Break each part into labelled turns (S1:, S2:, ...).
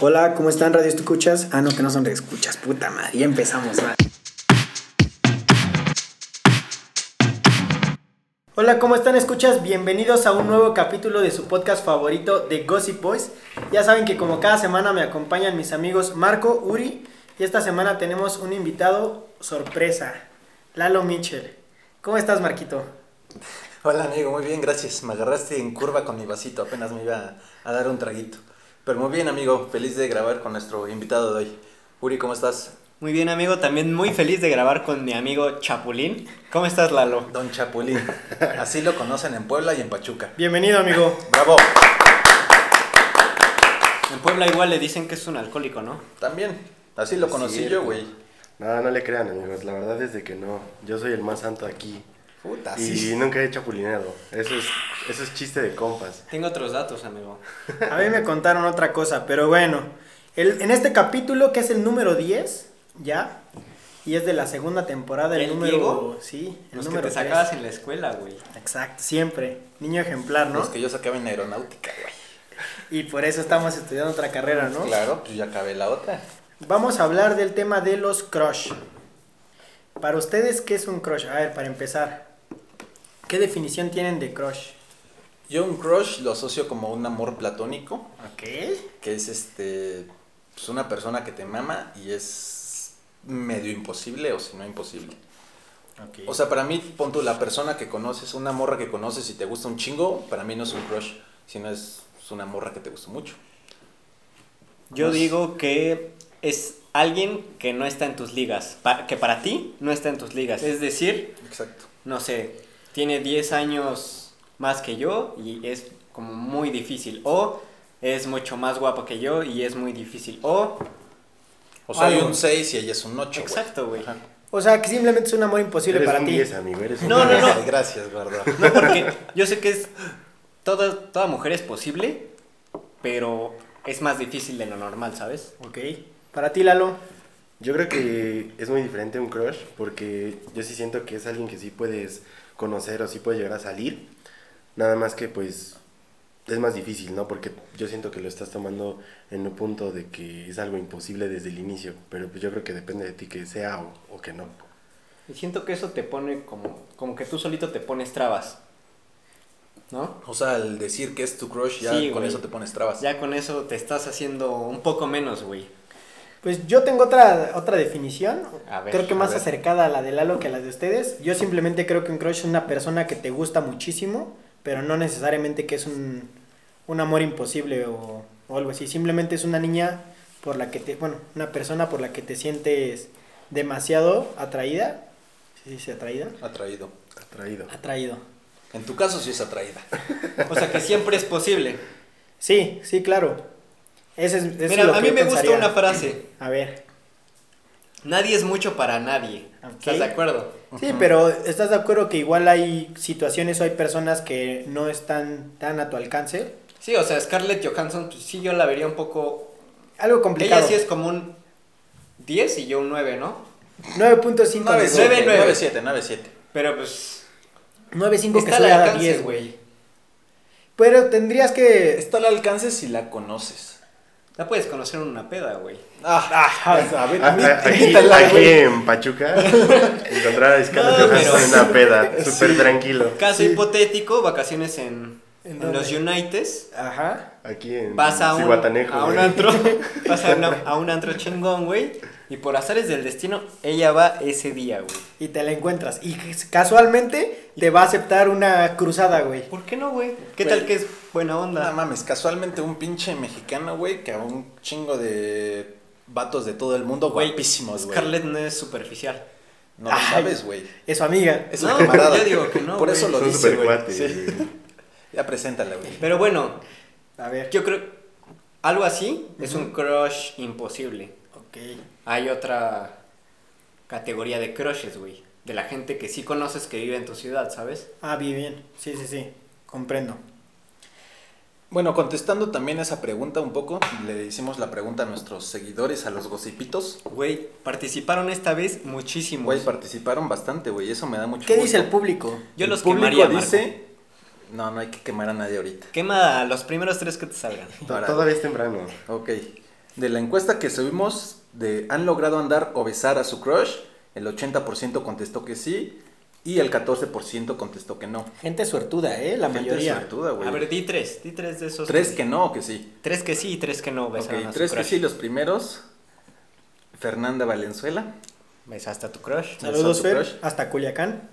S1: Hola, ¿cómo están? Radio Escuchas. Ah, no, que no son escuchas, puta madre. Ya empezamos. va.
S2: Hola, ¿cómo están? Escuchas, bienvenidos a un nuevo capítulo de su podcast favorito de Gossip Boys. Ya saben que como cada semana me acompañan mis amigos Marco, Uri y esta semana tenemos un invitado sorpresa, Lalo Mitchell. ¿Cómo estás, Marquito?
S3: Hola amigo, muy bien, gracias. Me agarraste en curva con mi vasito, apenas me iba a, a dar un traguito. Pero muy bien amigo, feliz de grabar con nuestro invitado de hoy. Uri, ¿cómo estás?
S4: Muy bien, amigo. También muy feliz de grabar con mi amigo Chapulín. ¿Cómo estás, Lalo?
S3: Don Chapulín. Así lo conocen en Puebla y en Pachuca.
S2: Bienvenido, amigo.
S3: Bravo.
S4: En Puebla igual le dicen que es un alcohólico, ¿no?
S3: También, así lo conocí
S5: Cierto.
S3: yo, güey.
S5: No, no le crean, amigos. La verdad es de que no. Yo soy el más santo aquí.
S4: Ah,
S3: Puta,
S5: y nunca he chapulineado. Eso es, eso es chiste de compas.
S4: Tengo otros datos, amigo.
S2: A mí me contaron otra cosa, pero bueno. El- en este capítulo, que es el número 10, ya, y es de la segunda temporada, el,
S4: ¿El
S2: número.
S4: Diego?
S2: Sí, el
S4: Los que
S2: número 3.
S4: te sacabas en la escuela, güey.
S2: Exacto, siempre. Niño ejemplar, ¿no?
S3: Los que yo sacaba en aeronáutica, güey.
S2: Y por eso estamos estudiando otra carrera, ¿no?
S3: Claro, pues ya acabé la otra.
S2: Vamos a hablar del tema de los crush. Para ustedes, ¿qué es un crush? A ver, para empezar, ¿qué definición tienen de crush?
S3: Yo un crush lo asocio como un amor platónico,
S2: Ok.
S3: que es este pues una persona que te mama y es medio imposible o si no imposible. O sea, para mí, pon tú, la persona que conoces, una morra que conoces y te gusta un chingo, para mí no es un crush, sino es, es una morra que te gusta mucho.
S4: Yo
S3: Pues-
S4: digo que es alguien que no está en tus ligas. pa- que para ti no está en tus ligas. Es decir,
S3: Exacto.
S4: no sé, tiene 10 años más que yo y es como muy difícil. O es mucho más guapo que yo y es muy difícil. O.
S3: O soy
S4: Algo.
S3: un 6 y ella es un 8.
S4: Exacto, güey.
S2: O sea, que simplemente es un amor imposible
S5: eres
S2: para
S5: un
S2: ti.
S5: 10, amigo. Eres un
S4: No, no,
S5: 10.
S4: no.
S3: Gracias, gordo.
S4: No, porque yo sé que es. Toda, toda mujer es posible, pero es más difícil de lo normal, ¿sabes?
S2: Ok.
S5: ¿eh?
S2: Para ti, Lalo.
S5: Yo creo que es muy diferente un crush porque yo sí siento que es alguien que sí puedes conocer o sí puedes llegar a salir. Nada más que pues es más difícil, ¿no? Porque yo siento que lo estás tomando en un punto de que es algo imposible desde el inicio. Pero pues yo creo que depende de ti que sea o, o que no.
S4: Y siento que eso te pone como. Como que tú solito te pones trabas. ¿No?
S3: O sea, al decir que es tu crush, ya
S4: Sí,
S3: con
S4: güey.
S3: eso te pones trabas.
S4: Ya con eso te estás haciendo un poco menos, güey.
S2: Pues yo tengo otra, otra definición,
S4: A ver,
S2: creo que
S4: a
S2: más
S4: ver.
S2: acercada a la de Lalo que a la de ustedes. Yo simplemente creo que un crush es una persona que te gusta muchísimo, pero no necesariamente que es un, un amor imposible o, o algo así. Simplemente es una niña por la que te, bueno, una persona por la que te sientes demasiado atraída. ¿Sí se dice atraída?
S3: Atraído.
S5: Atraído.
S2: Atraído.
S3: En tu caso sí es atraída.
S4: O sea que siempre es posible.
S2: Sí, sí, claro. Ese es, eso es
S4: Mira,
S2: lo
S4: a
S2: que
S4: mí
S2: yo
S4: me gusta
S2: pensaría.
S4: una frase.
S2: A ver.
S4: Nadie es mucho para nadie.
S2: Ok.
S4: ¿Estás de acuerdo?
S2: Sí, pero ¿estás de acuerdo que igual hay situaciones o hay personas que no están tan a tu alcance?
S4: Sí, o sea, Scarlett Johansson, pues, sí, yo la vería un poco.
S2: Algo complicado.
S4: Ella sí es como un 10 y yo un 9, ¿no?
S2: 9.5.
S4: 9-7.
S3: 9-7, 9-7.
S4: Pero pues.
S2: 9.5 que
S4: Está al
S2: sube a
S4: alcance,
S2: 10, güey.
S4: güey.
S2: Pero tendrías que...
S3: Está al alcance si la conoces.
S4: La puedes conocer en una peda, güey.
S3: Ah,
S5: A- a- Aquí, aquí en Pachuca, encontrar a Scarlett
S4: No,
S5: Johansson
S4: pero-
S5: en una peda, súper tranquilo.
S4: Caso hipotético, vacaciones en,
S2: ¿En
S4: en
S2: dónde?
S4: los Unites.
S2: Ajá.
S5: Aquí en
S4: Vas a un,
S5: Cihuatanejo,
S4: a un
S5: güey.
S4: antro. Vas a, una- a un antro chingón, güey. Y por azares del destino, ella va ese día, güey.
S2: Y te la encuentras. Y casualmente te va a aceptar una cruzada, güey.
S4: ¿Por qué no, güey? ¿Qué
S3: Güey.
S4: tal que es buena
S3: No
S4: onda?
S3: mames, casualmente un pinche mexicano, güey, que a un chingo de vatos de todo el mundo
S4: Güey,
S3: guapísimos, güey.
S4: Scarlett no es superficial.
S3: No lo
S2: Ay.
S3: sabes, güey.
S2: Es su amiga.
S3: Es una
S4: No,
S3: camarada.
S4: yo digo que no,
S3: Por eso
S4: güey.
S3: lo
S5: Son
S3: dice,
S5: súper
S3: güey.
S5: cuates.
S3: Sí. Ya preséntala, güey.
S4: Pero bueno,
S2: A ver.
S4: yo creo. Algo así es un crush imposible.
S2: Ok.
S4: Hay otra categoría de crushes, güey. De la gente que sí conoces que vive en tu ciudad, ¿sabes?
S2: Ah, bien, bien. Sí, sí, sí. Comprendo.
S3: Bueno, contestando también esa pregunta un poco, le hicimos la pregunta a nuestros seguidores, a los gocipitos.
S4: Güey, participaron esta vez muchísimos.
S3: Güey, participaron bastante, güey. Eso me da mucho
S2: ¿Qué
S3: gusto.
S2: dice el público?
S4: Yo
S3: El
S4: los
S3: público
S4: quemaría, Marco.
S3: dice... No, no hay que quemar a nadie ahorita.
S4: Quema a los primeros tres que te salgan.
S5: To- Todavía es temprano.
S3: Ok. de la encuesta que subimos de ¿han logrado andar o besar a su crush? El 80% contestó que sí y el 14% contestó que no.
S2: Gente suertuda, ¿eh? La
S3: Gente
S2: mayoría.
S3: suertuda, Ah, güey.
S4: A ver, di tres, di tres de esos.
S3: Tres que no o que sí.
S4: Tres que sí y tres que no besaron
S3: Ok,
S4: a su
S3: tres que
S4: crush.
S3: sí, los primeros. Fernanda Valenzuela.
S4: Besaste a tu crush.
S2: Saludos,
S3: tu
S2: Fer.
S3: crush.
S2: Hasta Culiacán.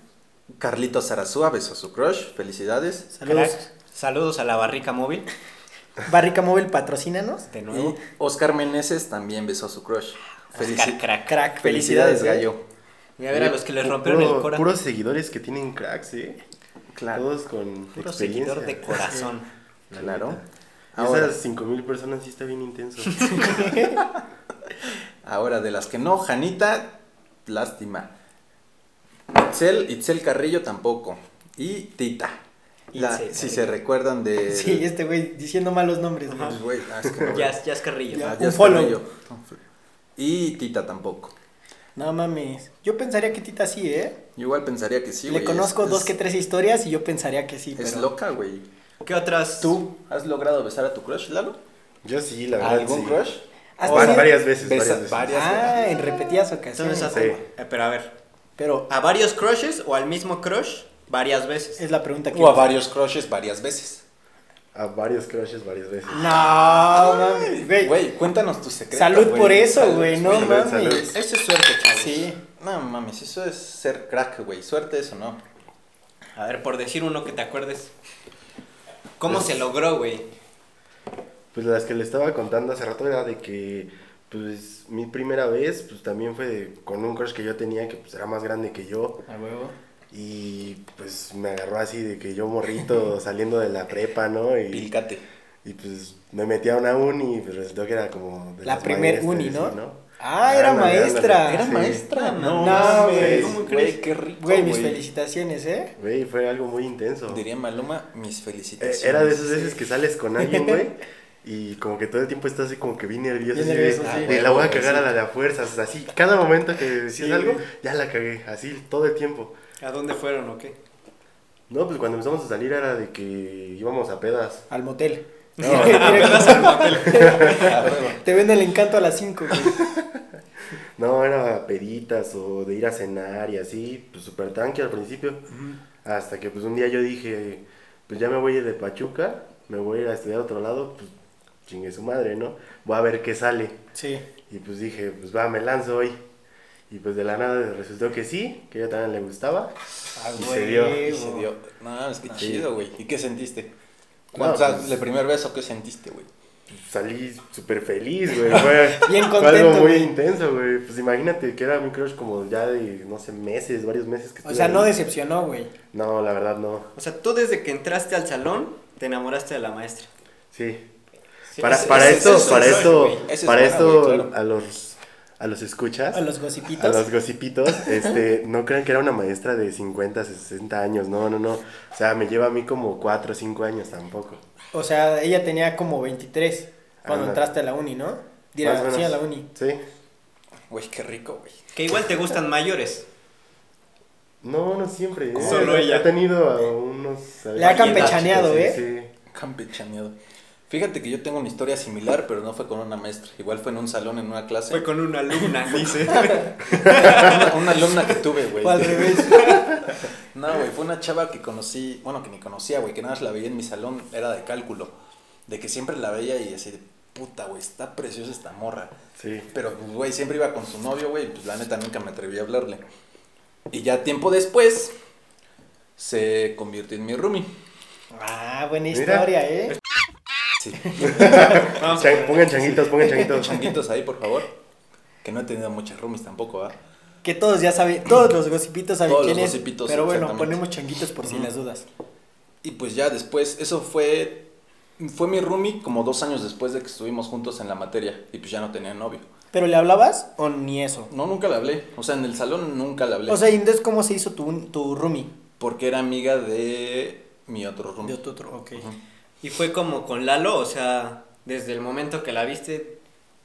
S3: Carlito Zarazúa besó a su crush. Felicidades.
S2: Saludos.
S4: Crack. Saludos a la barrica móvil.
S2: Barrica Móvil, patrocínanos.
S4: De
S3: Y
S4: nuevo.
S3: Oscar Meneses también besó a su crush.
S4: Oscar
S3: Felici-
S4: Crack.
S2: Crack,
S3: Felicidades,
S2: eh.
S3: Gallo.
S4: Y a ver a los que les rompieron el
S5: Puro-
S4: corazón.
S5: Puros seguidores que tienen cracks, ¿eh?
S3: Claro.
S5: Todos con
S4: Puro
S5: experiencia.
S4: seguidor de corazón.
S5: La
S3: Claro.
S5: neta.
S3: Ahora,
S5: Esas 5000 personas sí está bien intenso.
S3: ahora, de las que no, Janita, lástima. Itzel, Itzel Carrillo tampoco. Y Tita. La-
S4: Itzel
S3: si
S4: Carrillo.
S3: se recuerdan de.
S2: Sí, este güey diciendo malos nombres. güey.
S3: Pues, güey, ah, es que no, güey.
S4: Ya, ya es carrillo.
S2: Ya.
S3: Ah,
S2: un
S3: ya es
S2: follow.
S3: Carrillo. Y Tita tampoco.
S2: No mames. Yo pensaría que Tita sí, ¿eh?
S3: Yo igual pensaría que sí,
S2: Le
S3: güey.
S2: conozco
S3: Es-
S2: dos
S3: es-
S2: que tres historias y yo pensaría que sí,
S3: Es
S2: pero...
S3: loca, güey.
S4: ¿Qué otras?
S3: ¿Tú has logrado besar a tu crush, Lalo?
S5: Yo sí, la verdad.
S3: ¿Algún
S5: Ah, sí.
S3: crush?
S4: Ah,
S2: ¿Has
S5: Va-
S2: tenido-
S5: varias veces,
S3: Besa-
S5: varias veces.
S3: varias
S2: Ah, en repetidas ocasiones.
S4: Entonces, haz-
S5: Sí.
S4: eh, pero a ver.
S2: Pero
S4: ¿A varios crushes o al mismo crush varias veces?
S2: es la pregunta que...
S3: O a varios crushes varias veces.
S5: A varios crushes varias veces.
S2: No, mames, güey.
S3: Güey, cuéntanos tu secreto.
S2: Salud por eso,
S3: Salud,
S2: güey, no
S5: salud,
S2: mames.
S5: salud.
S4: Eso es suerte, chavos.
S2: Sí.
S3: No mames, eso es ser crack, güey. Suerte eso, ¿no?
S4: A ver, por decir uno que te acuerdes. ¿Cómo se logró, güey?
S5: Pues las que le estaba contando hace rato era de que, pues, mi primera vez, pues, también fue de- con un crush que yo tenía, que pues era más grande que yo.
S2: A huevo.
S5: Y pues me agarró así de que yo morrito saliendo de la prepa, ¿no? Y,
S3: Pilcate.
S5: y, pues me metí a una uni y pues resultó que era como... de
S2: La
S5: las
S2: primer
S5: maestras,
S2: uni, ¿no?
S5: sí,
S2: Ah, era
S5: Ándale,
S2: maestra.
S5: ándale,
S2: Era
S5: sí.
S2: maestra.
S4: No
S2: mames.
S5: ¿Cómo
S3: Güey, qué rico,
S2: Güey, mis
S3: güey.
S2: felicitaciones, ¿eh?
S5: Güey, fue algo muy intenso.
S3: Diría Maluma, mis
S5: Eh,
S3: felicitaciones.
S5: era de esas veces que sales con alguien, güey. Y como que todo el tiempo estás así como que bien nervioso.
S2: Bien
S5: así de, "Ah,
S2: nervioso, sí.
S5: "Güey, la voy a
S3: Sí.
S5: cagar a la de a fuerzas. Así, cada momento que decías
S2: Sí,
S5: algo,
S2: güey.
S5: ya la cagué. Así, todo el tiempo.
S4: ¿A dónde fueron o qué?
S5: No, pues cuando empezamos a salir era de que íbamos a pedas.
S2: Al motel.
S5: No,
S2: Directo.
S3: Ah, huevo.
S2: Te vende el encanto a las 5, güey.
S5: No, era peditas o de ir a cenar y así, pues súper tranqui al principio. Hasta que pues un día yo dije, pues ya me voy a ir de Pachuca, me voy a ir a estudiar a otro lado, pues chingue su madre, ¿no? Voy a ver qué sale.
S2: Sí.
S5: Y pues dije, pues va, me lanzo hoy. Y pues de la nada resultó que sí, que yo también le gustaba.
S2: A
S5: Y se dio,
S3: Y
S2: huevo.
S3: se dio. No, es que
S5: Sí.
S3: chido, güey. ¿Y qué sentiste?
S5: No,
S3: o sea,
S5: pues-
S3: el primer beso, ¿qué sentiste, güey?
S5: Salí súper feliz, güey. Fue,
S2: Bien
S5: fue
S2: contento,
S5: algo muy
S2: güey.
S5: intenso, güey. Pues imagínate que era mi crush como ya de, no sé, meses, varios meses
S2: O
S5: que estuve
S2: sea,
S5: ahí.
S2: no decepcionó, güey.
S5: No, la verdad no.
S4: O sea, tú desde que entraste al salón te enamoraste de la maestra.
S5: Sí.
S4: Sí,
S5: para
S4: ese-
S5: para
S4: ese-
S5: esto,
S4: ese es
S5: para
S4: un
S5: esto,
S4: crush, güey.
S3: Ese es
S5: para
S3: buena,
S5: esto,
S3: güey, claro.
S5: a los a los escuchas,
S2: A los
S5: a
S2: gocipitos.
S5: los gocipitos, este, no crean que era una maestra de 50, 60 años, no, no, no. O sea, me lleva a mí como 4 o 5 años tampoco.
S2: O sea, ella tenía como 23 cuando
S5: Ah.
S2: entraste a la uni, ¿no?
S5: Más o
S2: Dirá,
S5: menos.
S2: sí, a la uni.
S5: Sí.
S3: Güey, qué rico, güey.
S4: Que igual te gustan mayores.
S5: No, no siempre. ¿eh?
S4: Solo
S5: He-
S4: ella.
S5: He tenido a unos.
S2: Le ha
S5: algunas
S2: campechaneado, ¿eh?
S5: chicas, sí,
S3: Campechaneado. Fíjate que yo tengo una historia similar, pero no fue con una maestra. Igual fue en un salón, en una clase.
S4: Fue con una alumna, dice.
S3: una, una alumna que tuve, güey.
S2: O al revés.
S3: No, güey, fue una chava que conocí, bueno, que ni conocía, güey, que nada más la veía en mi salón, era de cálculo. De que siempre la veía y así de puta, güey, está preciosa esta morra.
S5: Sí, sí.
S3: Pero, pues, güey, siempre iba con su novio, güey, pues la neta nunca me atreví a hablarle. Y ya tiempo después, se convirtió en mi roomie.
S2: Ah, buena
S5: Mira.
S2: historia, ¿eh?
S3: Sí,
S4: Vamos.
S5: Chan- pongan changuitos, pongan changuitos.
S3: changuitos ahí, por favor. Que no he tenido muchas roomies tampoco, ¿ah?
S2: Que todos ya saben, todos los gocipitos saben
S3: Todos
S2: quién
S3: los
S2: es.
S3: gocipitos,
S2: pero bueno,
S3: exactamente.
S2: ponemos changuitos por si las dudas.
S3: Y pues ya después, eso fue. Fue mi roomie como dos años después de que estuvimos juntos en la materia. Y pues ya no tenía novio.
S2: ¿Pero le hablabas o ni eso?
S3: No, nunca le hablé. O sea, en el salón nunca le hablé.
S2: O sea, ¿y entonces cómo se hizo tu, tu roomie?
S3: porque era amiga de mi otro roomie.
S2: De otro, otro, ok.
S4: Y fue como con Lalo, o sea, desde el momento que la viste,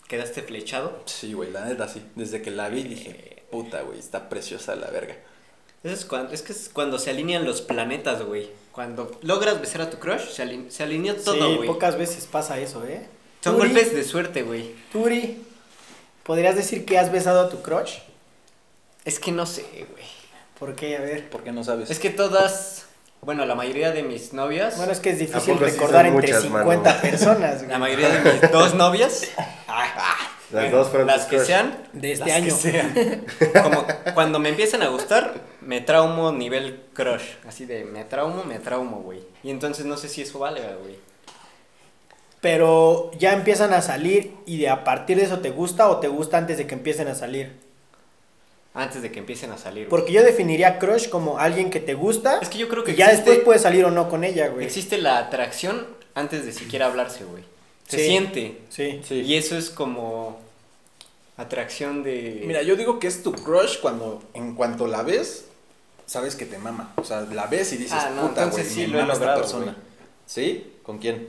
S4: quedaste flechado.
S3: Sí, güey, la neta sí. Desde que la vi dije, puta, güey, está preciosa la verga.
S4: Eso es, cuando, es que es cuando se alinean los planetas, güey. Cuando logras besar a tu crush, se, aline- se alineó todo,
S2: sí,
S4: güey.
S2: pocas veces pasa eso, ¿eh?
S4: Son
S2: Uri.
S4: golpes de suerte, güey.
S2: Turi, ¿podrías decir que has besado a tu crush?
S4: Es que no sé, güey.
S2: ¿Por qué? A ver.
S3: ¿Por qué no sabes?
S4: Es que todas, bueno, la mayoría de mis novias,
S2: Bueno, es que es difícil
S5: Tampoco sí
S2: recordar
S5: son
S2: entre
S5: muchas,
S2: 50
S5: mano.
S2: personas,
S4: la
S2: güey.
S4: mayoría de mis dos novias,
S5: Las
S4: bueno,
S5: dos fueron
S4: las
S5: tus
S4: que
S5: crush.
S4: sean,
S2: De este
S4: las que
S2: año.
S4: sean, como cuando me empiezan a gustar, me traumo nivel crush, así de me traumo, me traumo, güey. Y entonces no sé si eso vale, güey.
S2: Pero ya empiezan a salir y de a partir de eso te gusta o te gusta antes de que empiecen a salir.
S4: Antes de que empiecen a salir. güey.
S2: Porque yo definiría crush como alguien que te gusta.
S4: Es que yo creo que
S2: y ya
S4: existe-
S2: después puedes salir o no con ella, güey.
S4: Existe la atracción antes de siquiera hablarse, güey. Se
S2: Sí.
S4: siente.
S2: Sí.
S3: Sí.
S4: Y eso es como atracción de...
S3: Mira, yo digo que es tu crush cuando en cuanto la ves, sabes que te mama. O sea, la ves y dices,
S4: Ah, no,
S3: puta, güey,
S4: entonces sí
S3: me
S4: lo he
S3: mama esta
S4: logrado,
S3: persona.
S4: güey.
S3: ¿Sí? ¿Con quién?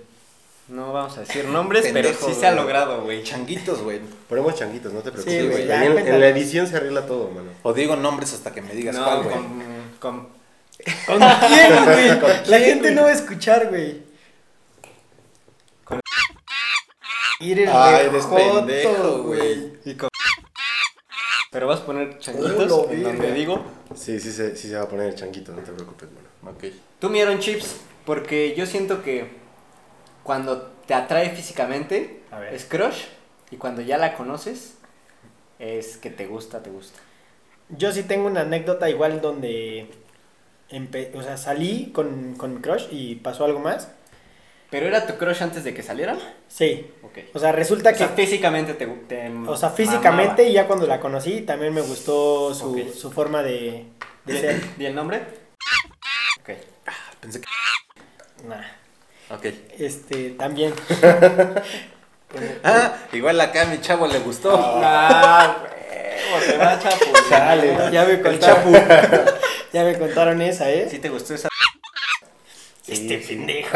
S4: No vamos a decir nombres, pero
S3: Pendejo,
S4: sí se ha
S3: güey.
S4: logrado, güey.
S3: Changuitos, güey.
S5: Ponemos changuitos, no te preocupes.
S2: Sí,
S3: güey,
S5: güey.
S2: ya,
S5: Ahí en, en la
S2: cuéntanos.
S5: edición se arregla todo, mano.
S3: O digo nombres hasta que me digas
S4: No,
S3: cuál, güey.
S4: con, con-
S2: ¿Con quién, güey?
S5: ¿Con
S2: La
S5: quién,
S2: gente
S5: güey?
S2: no va a escuchar, güey.
S4: Con-
S2: Eres
S3: Ay,
S2: re
S3: eres
S2: joto,
S3: pendejo, güey.
S4: y con- Pero vas a poner
S2: Hola,
S4: changuitos en donde
S2: verga.
S4: digo.
S5: Sí, sí, se, sí se va a poner el changuito, no te preocupes, mano.
S3: Ok.
S4: Tú miraron chips, porque yo siento que cuando te atrae físicamente
S2: A ver.
S4: es crush y cuando ya la conoces es que te gusta, te gusta.
S2: Yo sí tengo una anécdota igual donde empe- o sea, salí con, con mi crush y pasó algo más.
S4: ¿Pero era tu crush antes de que salieran?
S2: Sí.
S4: Ok.
S2: O sea, resulta
S4: O
S2: que.
S4: sea, físicamente te, gu- te
S2: O sea, físicamente
S4: mamaba.
S2: y ya cuando la conocí también me gustó su,
S4: Ok.
S2: su forma de, de
S4: ¿Di-
S2: ser.
S4: ¿Di el nombre? Ok.
S3: Ah, Pensé que...
S2: Nah,
S3: Ok.
S2: Este, también.
S3: Ah, igual acá a mi chavo le gustó.
S4: Ah, huevo, te va a chapulear.
S2: ya me contaron. ya me contaron esa, ¿eh?
S4: Sí te gustó esa...
S2: este pendejo.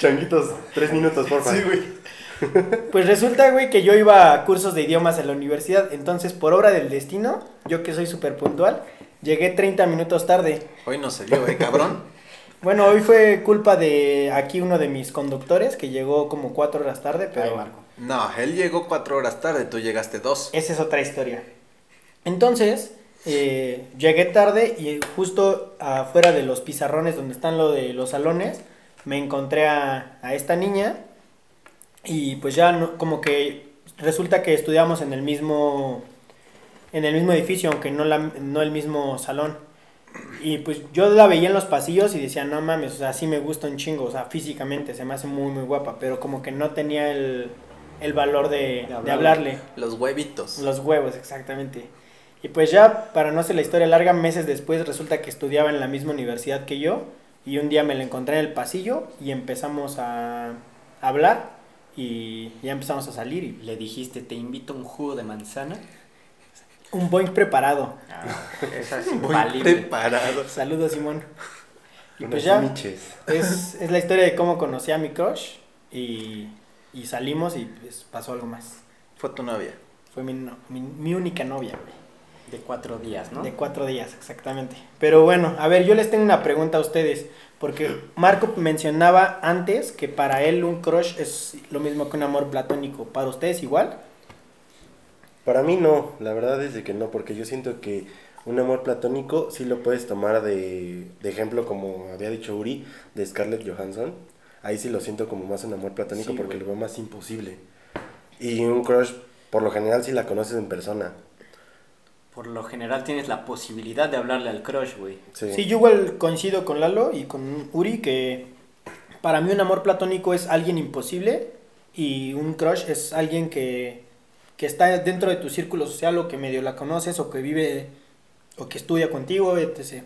S5: Changuitos, tres minutos, por favor. Sí, güey.
S2: Pues resulta, güey, que yo iba a cursos de idiomas en la universidad. Entonces, por obra del destino, yo que soy súper puntual, llegué 30 minutos tarde.
S3: Hoy no se vio, eh, cabrón.
S2: Bueno, hoy fue culpa de aquí uno de mis conductores que llegó como 4 horas tarde, pero.
S4: Ay, Marco.
S3: No, él llegó cuatro horas tarde, tú llegaste dos.
S2: Esa es otra historia. Entonces, eh, llegué tarde y justo afuera de los pizarrones donde están lo de los salones, me encontré a, a esta niña y pues ya no- como que resulta que estudiamos en el mismo en el mismo edificio, aunque no, la- no el mismo salón. Y pues yo la veía en los pasillos y decía, no mames, o sea, sí me gusta un chingo, o sea, físicamente se me hace muy, muy guapa, pero como que no tenía el, el valor de- de
S4: hablarle.
S2: hablarle.
S3: Los huevitos.
S2: Los huevos, exactamente. Y pues ya, para no hacer la historia larga, meses después resulta que estudiaba en la misma universidad que yo y un día me la encontré en el pasillo y empezamos a hablar y ya empezamos a salir. y-
S4: Le dijiste, te invito a un jugo de manzana.
S2: Un Boeing preparado.
S4: Esa Ah, es
S3: Muy
S4: infalible.
S3: preparados.
S2: Saludos, Simón. Y
S5: Unos
S2: pues ya,
S5: miches.
S2: es, es la historia de cómo conocí a mi crush y, y salimos y pues, pasó algo más.
S3: Fue tu novia.
S2: Fue mi, no- mi- mi única novia, güey.
S4: De cuatro días, ¿no?
S2: De cuatro días, exactamente. Pero bueno, a ver, yo les tengo una pregunta a ustedes. Porque Marco mencionaba antes que para él un crush es lo mismo que un amor platónico. ¿Para ustedes igual?
S5: Para mí no, la verdad es de que no, porque yo siento que un amor platónico sí lo puedes tomar de, de ejemplo, como había dicho Uri, de Scarlett Johansson. Ahí sí lo siento como más un amor platónico
S4: Sí,
S5: porque
S4: güey.
S5: lo veo más imposible. Y un crush, por lo general, si la conoces en persona.
S4: Por lo general tienes la posibilidad de hablarle al crush, güey.
S5: Sí.
S2: Sí, yo igual coincido con Lalo y con Uri que para mí un amor platónico es alguien imposible y un crush es alguien que, que está dentro de tu círculo social o que medio la conoces o que vive o que estudia contigo, etc.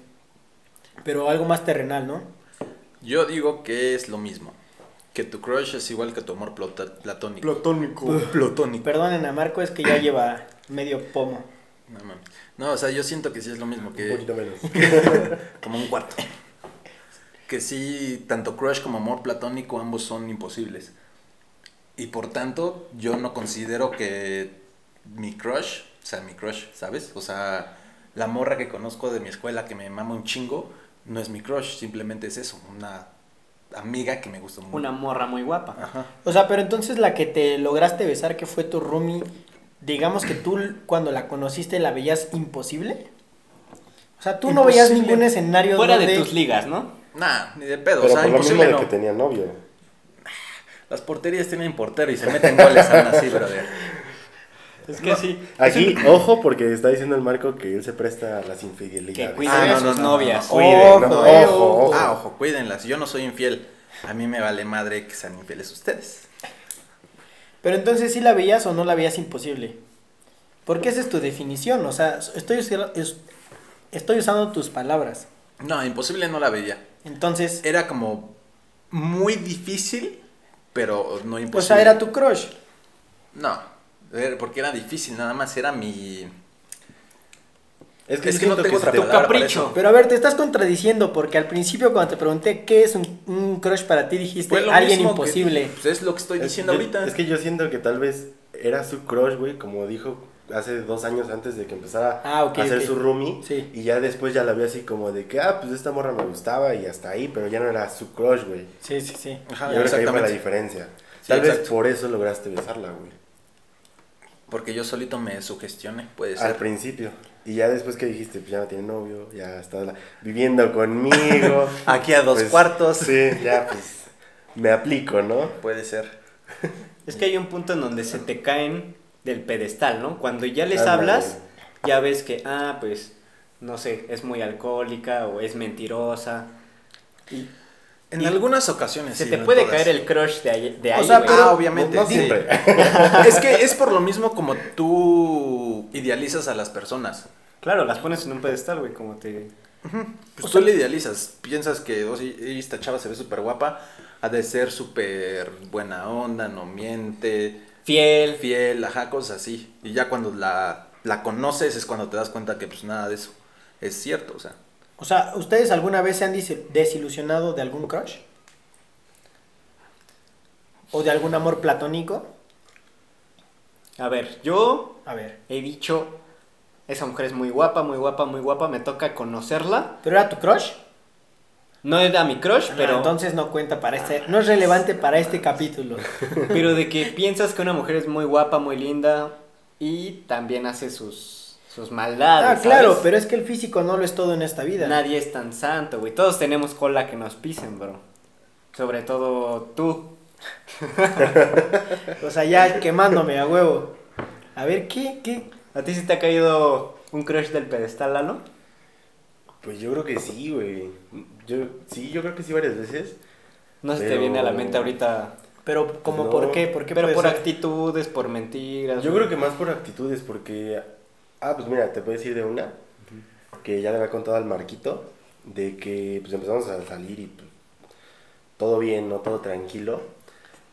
S2: Pero algo más terrenal, ¿no?
S3: Yo digo que es lo mismo. Que tu crush es igual que tu amor plota- platónico.
S5: Platónico.
S3: Platónico.
S2: Perdonen a Marco, es que ya lleva medio pomo.
S3: No, mames. no, o sea, yo siento que sí es lo mismo
S5: Un
S3: que
S5: poquito menos.
S3: como un cuarto. Que sí, tanto crush como amor platónico ambos son imposibles. Y por tanto, yo no considero que mi crush, o sea, mi crush, ¿sabes? O sea, la morra que conozco de mi escuela que me mama un chingo, no es mi crush, simplemente es eso, una amiga que me gustó mucho.
S4: Una morra muy guapa.
S3: Ajá.
S2: O sea, pero entonces la que te lograste besar, que fue tu roomie, digamos que tú cuando la conociste la veías imposible. O sea, tú no veías
S3: Imposible.
S2: ningún escenario
S4: Fuera de
S2: donde-
S4: tus ligas, ¿no?
S3: Nah, ni de pedo.
S5: Pero
S3: o sea,
S5: por lo mismo
S3: imposible
S5: de
S3: no.
S5: que tenía novio.
S3: Las porterías tienen portero y se meten goles aún así, brother.
S4: Es que sí.
S5: Aquí, ojo, porque está diciendo el Marco que él se presta a las infidelidades.
S4: Que cuida. Ah, no, no, no, novias.
S3: no,
S5: Cuiden,
S3: no,
S5: ojo,
S3: eh,
S5: ojo.
S3: Ah, ojo, cuídenlas. Yo no soy infiel. A mí me vale madre que sean infieles ustedes.
S2: Pero entonces sí la veías o no la veías imposible. Porque esa es tu definición. O sea, estoy, usi- es- estoy usando tus palabras.
S3: No, imposible no la veía.
S2: Entonces,
S3: Era como muy difícil, pero no imposible.
S2: o sea, pues, era tu crush.
S3: No, era- porque era difícil, nada más era mi... Es
S5: Es yo
S3: que no
S5: siento
S3: tengo
S5: se
S3: otra
S5: te da-
S3: palabra para
S4: capricho.
S3: eso.
S2: Pero a ver, te estás contradiciendo porque al principio cuando te pregunté qué es un, un crush para ti dijiste
S3: Fue lo
S2: alguien
S3: mismo que-
S2: imposible.
S3: pues es lo que estoy
S5: Es-
S3: diciendo
S5: yo-
S3: ahorita.
S5: Es que yo siento que tal vez era su crush, güey, como dijo hace dos años antes de que empezara
S2: Ah, ok,
S5: a hacer
S2: ok.
S5: su roomie.
S2: Sí.
S5: Y ya después ya la vi así como de que, ah, pues esta morra me gustaba y hasta ahí, pero ya no era su crush, güey.
S2: Sí, sí, sí.
S5: Yo
S3: Ajá,
S5: creo que ahí fue la
S3: exactamente.
S5: diferencia.
S3: Sí,
S5: Tal vez
S3: exacto.
S5: por eso lograste besarla, güey.
S3: Porque yo solito me sugestioné, puede
S5: Al
S3: ser.
S5: principio. Y ya después que dijiste, pues ya no tiene novio, ya está la- viviendo conmigo.
S3: Aquí a dos
S5: Pues,
S3: cuartos.
S5: Sí, ya pues me aplico, ¿no?
S3: Puede ser.
S4: Es que hay un punto en donde se te caen del pedestal, ¿no? Cuando ya les
S5: Ándale.
S4: hablas, ya ves que, ah, pues, no sé, es muy alcohólica o es mentirosa. Y
S3: En
S4: Y
S3: algunas ocasiones.
S4: se
S3: sí,
S4: te
S3: no en
S4: puede
S3: todas.
S4: caer el crush de ahí. De ahí,
S3: sea,
S4: güey.
S3: pero- Ah, obviamente,
S5: No, no
S3: sí.
S5: siempre.
S3: Es que es por lo mismo como tú idealizas a las personas.
S4: Claro, las pones en un pedestal, güey, como te...
S3: Pues tú le idealizas, piensas que "Oh, sí, esta chava se ve súper guapa, ha de ser súper buena onda, no miente,
S4: Fiel.
S3: fiel, ajá, cosas así. Y ya cuando la, la conoces es cuando te das cuenta que pues nada de eso es cierto, o sea.
S2: O sea, ¿ustedes alguna vez se han disi- desilusionado de algún crush? ¿O de algún amor platónico?
S4: A ver, yo
S2: A ver.
S4: he dicho, esa mujer es muy guapa, muy guapa, muy guapa, me toca conocerla.
S2: ¿Pero era tu crush?
S4: No era mi crush,
S2: Pero
S4: pero...
S2: Ah, entonces no cuenta para este, no es relevante para este capítulo.
S4: Pero de que piensas que una mujer es muy guapa, muy linda y también hace sus, sus maldades.
S2: Ah, claro,
S4: ¿sabes?
S2: pero es que el físico no lo es todo en esta vida.
S4: Nadie es tan santo, güey. Todos tenemos cola que nos pisen, bro. Sobre todo tú.
S2: O sea, ya quemándome a huevo. A ver, ¿qué? ¿Qué?
S4: ¿A ti sí te ha caído un crush del pedestal, Lalo?
S5: Pues yo creo que sí, güey. Yo, sí, yo creo que sí varias veces.
S4: No se te
S5: Pero-
S4: viene a la mente ahorita.
S2: Pero como
S5: No.
S2: por qué, por qué
S4: pero
S2: puede
S4: por
S2: ser?
S4: actitudes, por mentiras.
S5: Yo
S4: güey.
S5: creo que más por actitudes, porque... Ah, pues mira, te puedo decir de una, que ya le había contado al Marquito, de que pues empezamos a salir y pues, todo bien, ¿no? Todo tranquilo.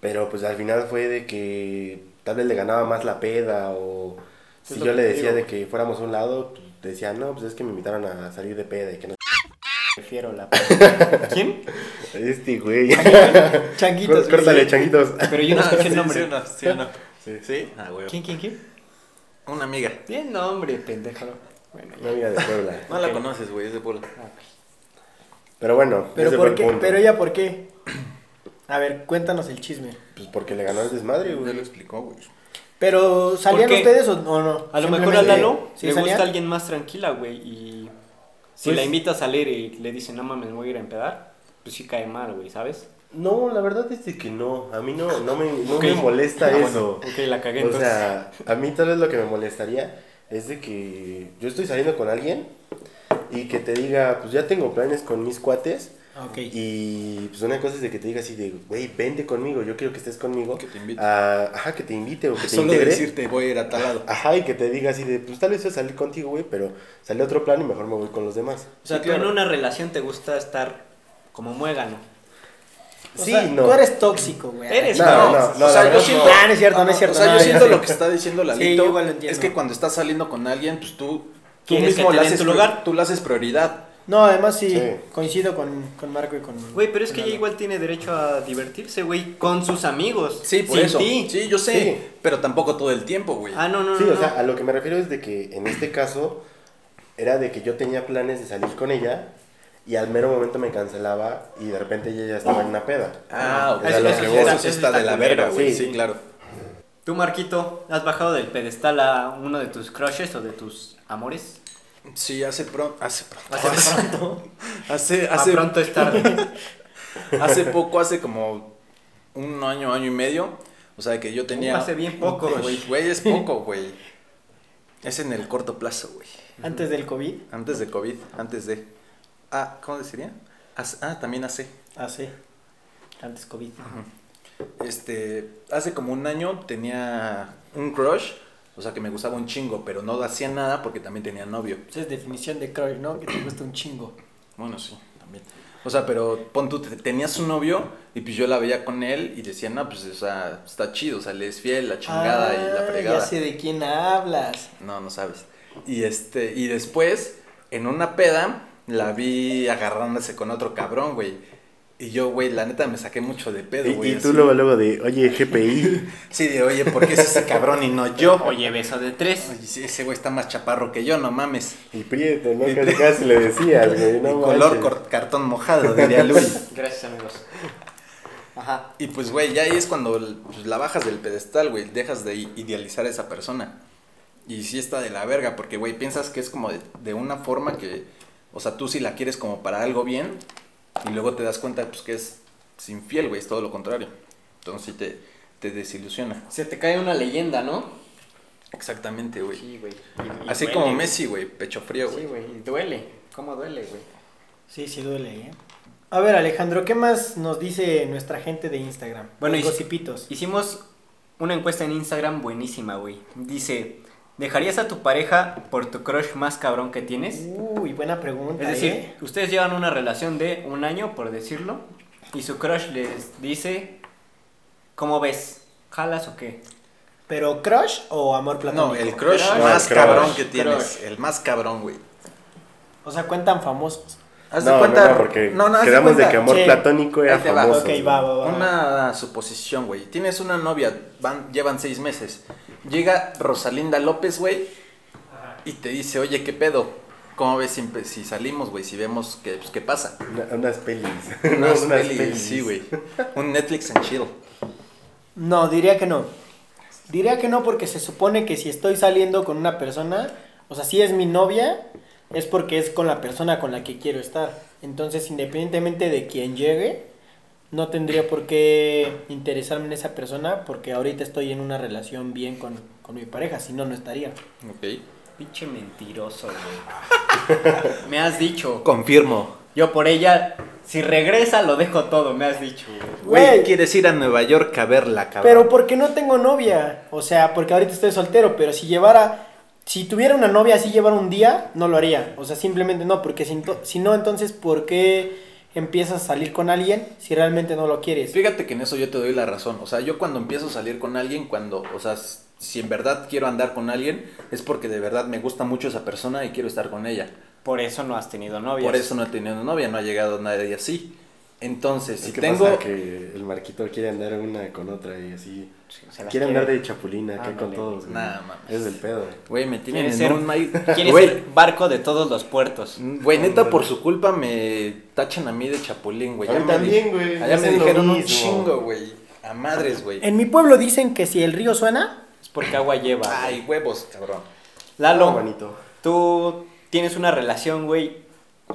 S5: Pero pues al final fue de que tal vez le ganaba más la peda o
S4: Es
S5: si
S4: lo
S5: yo
S4: que
S5: le
S4: te
S5: decía
S4: digo.
S5: de que fuéramos a un lado, pues, decía, no, pues es que me invitaron a salir de peda y que no...
S4: Prefiero la. ¿Quién?
S5: Este güey.
S2: Changuitos.
S5: Córtale, changuitos.
S4: Pero yo no escuché el nombre.
S3: no, Ah, sí, o no.
S5: Sí.
S3: ¿Sí? Ah, güey.
S4: ¿Quién, quién, quién?
S3: Una amiga.
S4: Tiene nombre, pendejo. Bueno,
S5: Una amiga de Puebla.
S3: No la conoces, güey, es de Puebla.
S4: ya. Ok.
S5: Pero bueno,
S2: Pero
S5: ese fue
S2: por
S5: el
S2: qué,
S5: punto.
S2: pero ella por qué? A ver, cuéntanos el chisme.
S5: Pues porque le ganó el desmadre, güey.
S3: explicó, güey.
S2: Pero ¿salían
S4: qué?
S2: ustedes o o no?
S4: A lo mejor a
S2: Simplemente-
S4: Lalo
S2: ¿Sí
S4: le
S2: salían?
S4: gusta alguien más tranquila, güey, y si
S5: Pues-
S4: la invita a salir y le dice, no mames, voy a ir a empedar, pues sí cae mal, güey, ¿sabes?
S5: No, la verdad es de que no. A mí no, no me, no
S4: Ok.
S5: me molesta
S4: Ah,
S5: eso.
S4: Ok, la cagué
S5: O
S4: entonces.
S5: sea, a mí tal vez lo que me molestaría es de que yo estoy saliendo con alguien y que te diga, pues ya tengo planes con mis cuates.
S2: Ah, Ok.
S5: Y pues una cosa es de que te diga así de, güey, vente conmigo, yo quiero que estés conmigo.
S3: Que te invite.
S5: a- ajá, que te invite o que te
S3: Solo
S5: integre.
S3: decirte, voy a ir a tal lado.
S5: Ajá, y que te diga así de, pues tal vez yo salí contigo, güey, pero salió otro plan y mejor me voy con los demás.
S4: O sea,
S3: sí,
S4: tú
S3: claro.
S4: en una relación te gusta estar como muégano.
S2: O
S5: sí,
S2: sea,
S5: no.
S2: Tú eres tóxico, güey.
S4: Eres
S5: No,
S4: No,
S5: no, no,
S3: o
S5: la
S3: sea,
S5: verdad
S3: yo
S5: no.
S3: siento.
S2: Ah, no es cierto, no es cierto,
S3: O sea,
S2: no,
S3: yo
S2: ya
S3: siento
S2: sé.
S3: lo que está diciendo
S2: Sí,
S3: Lalito.
S2: yo igual lo entiendo.
S3: es que cuando estás saliendo con alguien, pues tú, tú
S4: Quieres que
S3: mismo
S4: te
S3: la
S4: den
S3: haces
S4: tu
S3: pri-
S4: lugar.
S3: Tú la haces prioridad.
S2: No, además sí,
S5: Sí.
S2: coincido con, con Marco y con.
S4: Güey, pero es que
S2: con
S4: ella
S2: Lalo.
S4: igual tiene derecho a divertirse, güey, con sus amigos.
S3: Sí, por
S4: sin
S3: eso.
S4: ti.
S3: Sí, yo sé,
S5: Sí.
S3: pero tampoco todo el tiempo, güey.
S4: Ah, no, no,
S5: Sí,
S4: no.
S5: o sea,
S4: no.
S5: a lo que me refiero es de que en este caso era de que yo tenía planes de salir con ella y al mero momento me cancelaba y de repente ella ya estaba en una peda.
S3: Ah, ok.
S5: Es a lo
S3: Eso,
S5: que
S3: sí
S5: voy.
S3: está- eso sí está de la verga, güey.
S5: Sí.
S3: Sí, claro.
S4: Tú, Marquito, ¿has bajado del pedestal a uno de tus crushes o de tus amores?
S3: Sí, hace pronto. Hace pronto.
S4: Hace pronto.
S3: Hace,
S4: A
S3: hace,
S4: pronto es tarde.
S3: hace poco, hace como un año, año y medio. O sea, que yo tenía.
S4: hace bien poco,
S3: un crush.
S4: güey.
S3: Güey, es poco, güey. Es en el corto plazo, güey.
S2: Antes del COVID,
S3: Antes de COVID, antes de. Ah, ¿cómo deciría? Ah, también hace.
S2: hace. Antes COVID.
S3: Este, hace como un año tenía un crush, o sea que me gustaba un chingo, pero no hacía nada porque también tenía novio.
S2: Esa es definición de crush, ¿no? Que te gusta un chingo.
S3: Bueno, sí, también. O sea, pero pon tú, te- tenías un novio y pues yo la veía con él y decía, no, pues, o sea, está chido, o sea, le es fiel, la chingada y la
S2: Ah,
S3: fregada.
S2: Ya sé de quién hablas.
S3: No, no sabes. Y este, y después, en una peda, la vi agarrándose con otro cabrón, güey. Y yo, güey, la neta me saqué mucho de pedo,
S5: Y,
S3: güey.
S5: y tú
S3: así.
S5: luego, luego de, oye, GPI.
S3: Sí, de, oye, ¿por qué es ese cabrón y no yo?
S4: Oye, beso de tres.
S3: Oye, sí, ese güey está más chaparro que yo, no mames.
S5: Y prieto, ¿no? Casi, casi le decías, güey. No
S3: Y color
S5: manches.
S3: cor- cartón mojado, diría Luis.
S4: Gracias, amigos. Ajá.
S3: Y pues, güey, ya ahí es cuando pues, la bajas del pedestal, güey. Dejas de i- idealizar a esa persona. Y sí está de la verga, porque, güey, piensas que es como de, de una forma que... O sea, tú sí la quieres como para algo bien. Y luego te das cuenta, pues, que es es infiel, güey. Es todo lo contrario. Entonces sí te, te desilusiona.
S4: Se te cae una leyenda, ¿no?
S3: Exactamente, güey.
S4: güey. Y- y
S3: Así
S4: duele,
S3: como
S4: güey.
S3: Messi, güey. Pecho frío,
S4: Sí,
S3: güey.
S4: güey. y Duele. ¿Cómo duele, güey?
S2: Sí, sí duele, ¿eh? A ver, Alejandro, ¿qué más nos dice nuestra gente de Instagram?
S4: Bueno,
S2: Los
S4: y-
S2: gocipitos.
S4: Hicimos una encuesta en Instagram buenísima, güey. Dice, ¿dejarías a tu pareja por tu crush más cabrón que tienes?
S2: Uy, buena pregunta.
S4: Es decir,
S2: ¿eh?
S4: ustedes llevan una relación de un año, por decirlo, y su crush les dice, ¿cómo ves? ¿Jalas o qué?
S2: ¿Pero crush o amor platónico?
S3: No, el crush
S4: Crush.
S3: más
S5: Crush.
S3: cabrón que tienes.
S4: Crush.
S3: El más cabrón, güey.
S2: O sea, cuentan famosos.
S3: Haz
S5: no,
S3: de cuenta.
S5: no, no, porque
S3: No, no, haz de
S5: quedamos de,
S3: cuenta.
S5: que amor
S2: Sí.
S5: platónico era
S3: Ahí te va.
S5: famoso.
S2: ok, va, va, va.
S3: Una suposición, güey. Tienes una novia, van, llevan seis meses. Llega Rosalinda López, güey, y te dice, oye, ¿qué pedo? ¿Cómo ves si, empe- si salimos, güey? Si vemos que, pues, qué pasa.
S5: Una- unas pelis.
S3: Unas pelis, sí, güey. Un Netflix and chill.
S2: No, diría que no. Diría que no porque se supone que si estoy saliendo con una persona, o sea, si es mi novia, es porque es con la persona con la que quiero estar. Entonces, independientemente de quién llegue, no tendría por qué interesarme en esa persona porque ahorita estoy en una relación bien con, con mi pareja, si no, no estaría.
S3: Ok.
S4: Pinche mentiroso, güey. me has dicho.
S3: Confirmo.
S4: Yo por ella, si regresa, lo dejo todo, me has dicho, güey.
S2: Güey.
S3: Güey, ¿quieres ir a Nueva York a verla, cabrón?
S2: Pero porque no tengo novia, o sea, porque ahorita estoy soltero, pero si llevara, si tuviera una novia así llevara un día, no lo haría, o sea, simplemente no, porque si, ento- si no, entonces, ¿por qué empiezas a salir con alguien si realmente no lo quieres?
S3: Fíjate que en eso yo te doy la razón. O sea, yo cuando empiezo a salir con alguien, cuando, o sea, s- si en verdad quiero andar con alguien, es porque de verdad me gusta mucho esa persona y quiero estar con ella.
S4: Por eso no has tenido novia.
S3: Por eso no he tenido novia, no ha llegado nadie así. Entonces, si
S5: Si
S3: tengo.
S5: que el marquito quiere andar una con otra y así.
S4: se la quiere.
S5: quiere andar de chapulina acá con
S4: Ándale.
S5: todos. güey.
S3: Nah, mames.
S5: Es del pedo.
S3: Güey, me tienen
S4: Quiere
S3: en
S4: ser-
S3: un maíz.
S4: Quieres
S3: Güey,
S4: ser barco de todos los puertos.
S5: Mm.
S3: Güey, neta, por su culpa me tachan a mí de chapulín, güey.
S5: A
S3: Ya
S5: mí
S3: me
S5: también,
S3: di-
S5: güey,
S3: Allá me
S5: hacen lo
S3: dijeron un
S5: mismo.
S3: chingo, güey. A madres, güey.
S2: En mi pueblo dicen que si el río suena,
S4: Es porque agua lleva.
S3: Ay, huevos, cabrón.
S5: Ah,
S4: Lalo,
S5: bonito.
S4: tú tienes una relación, güey,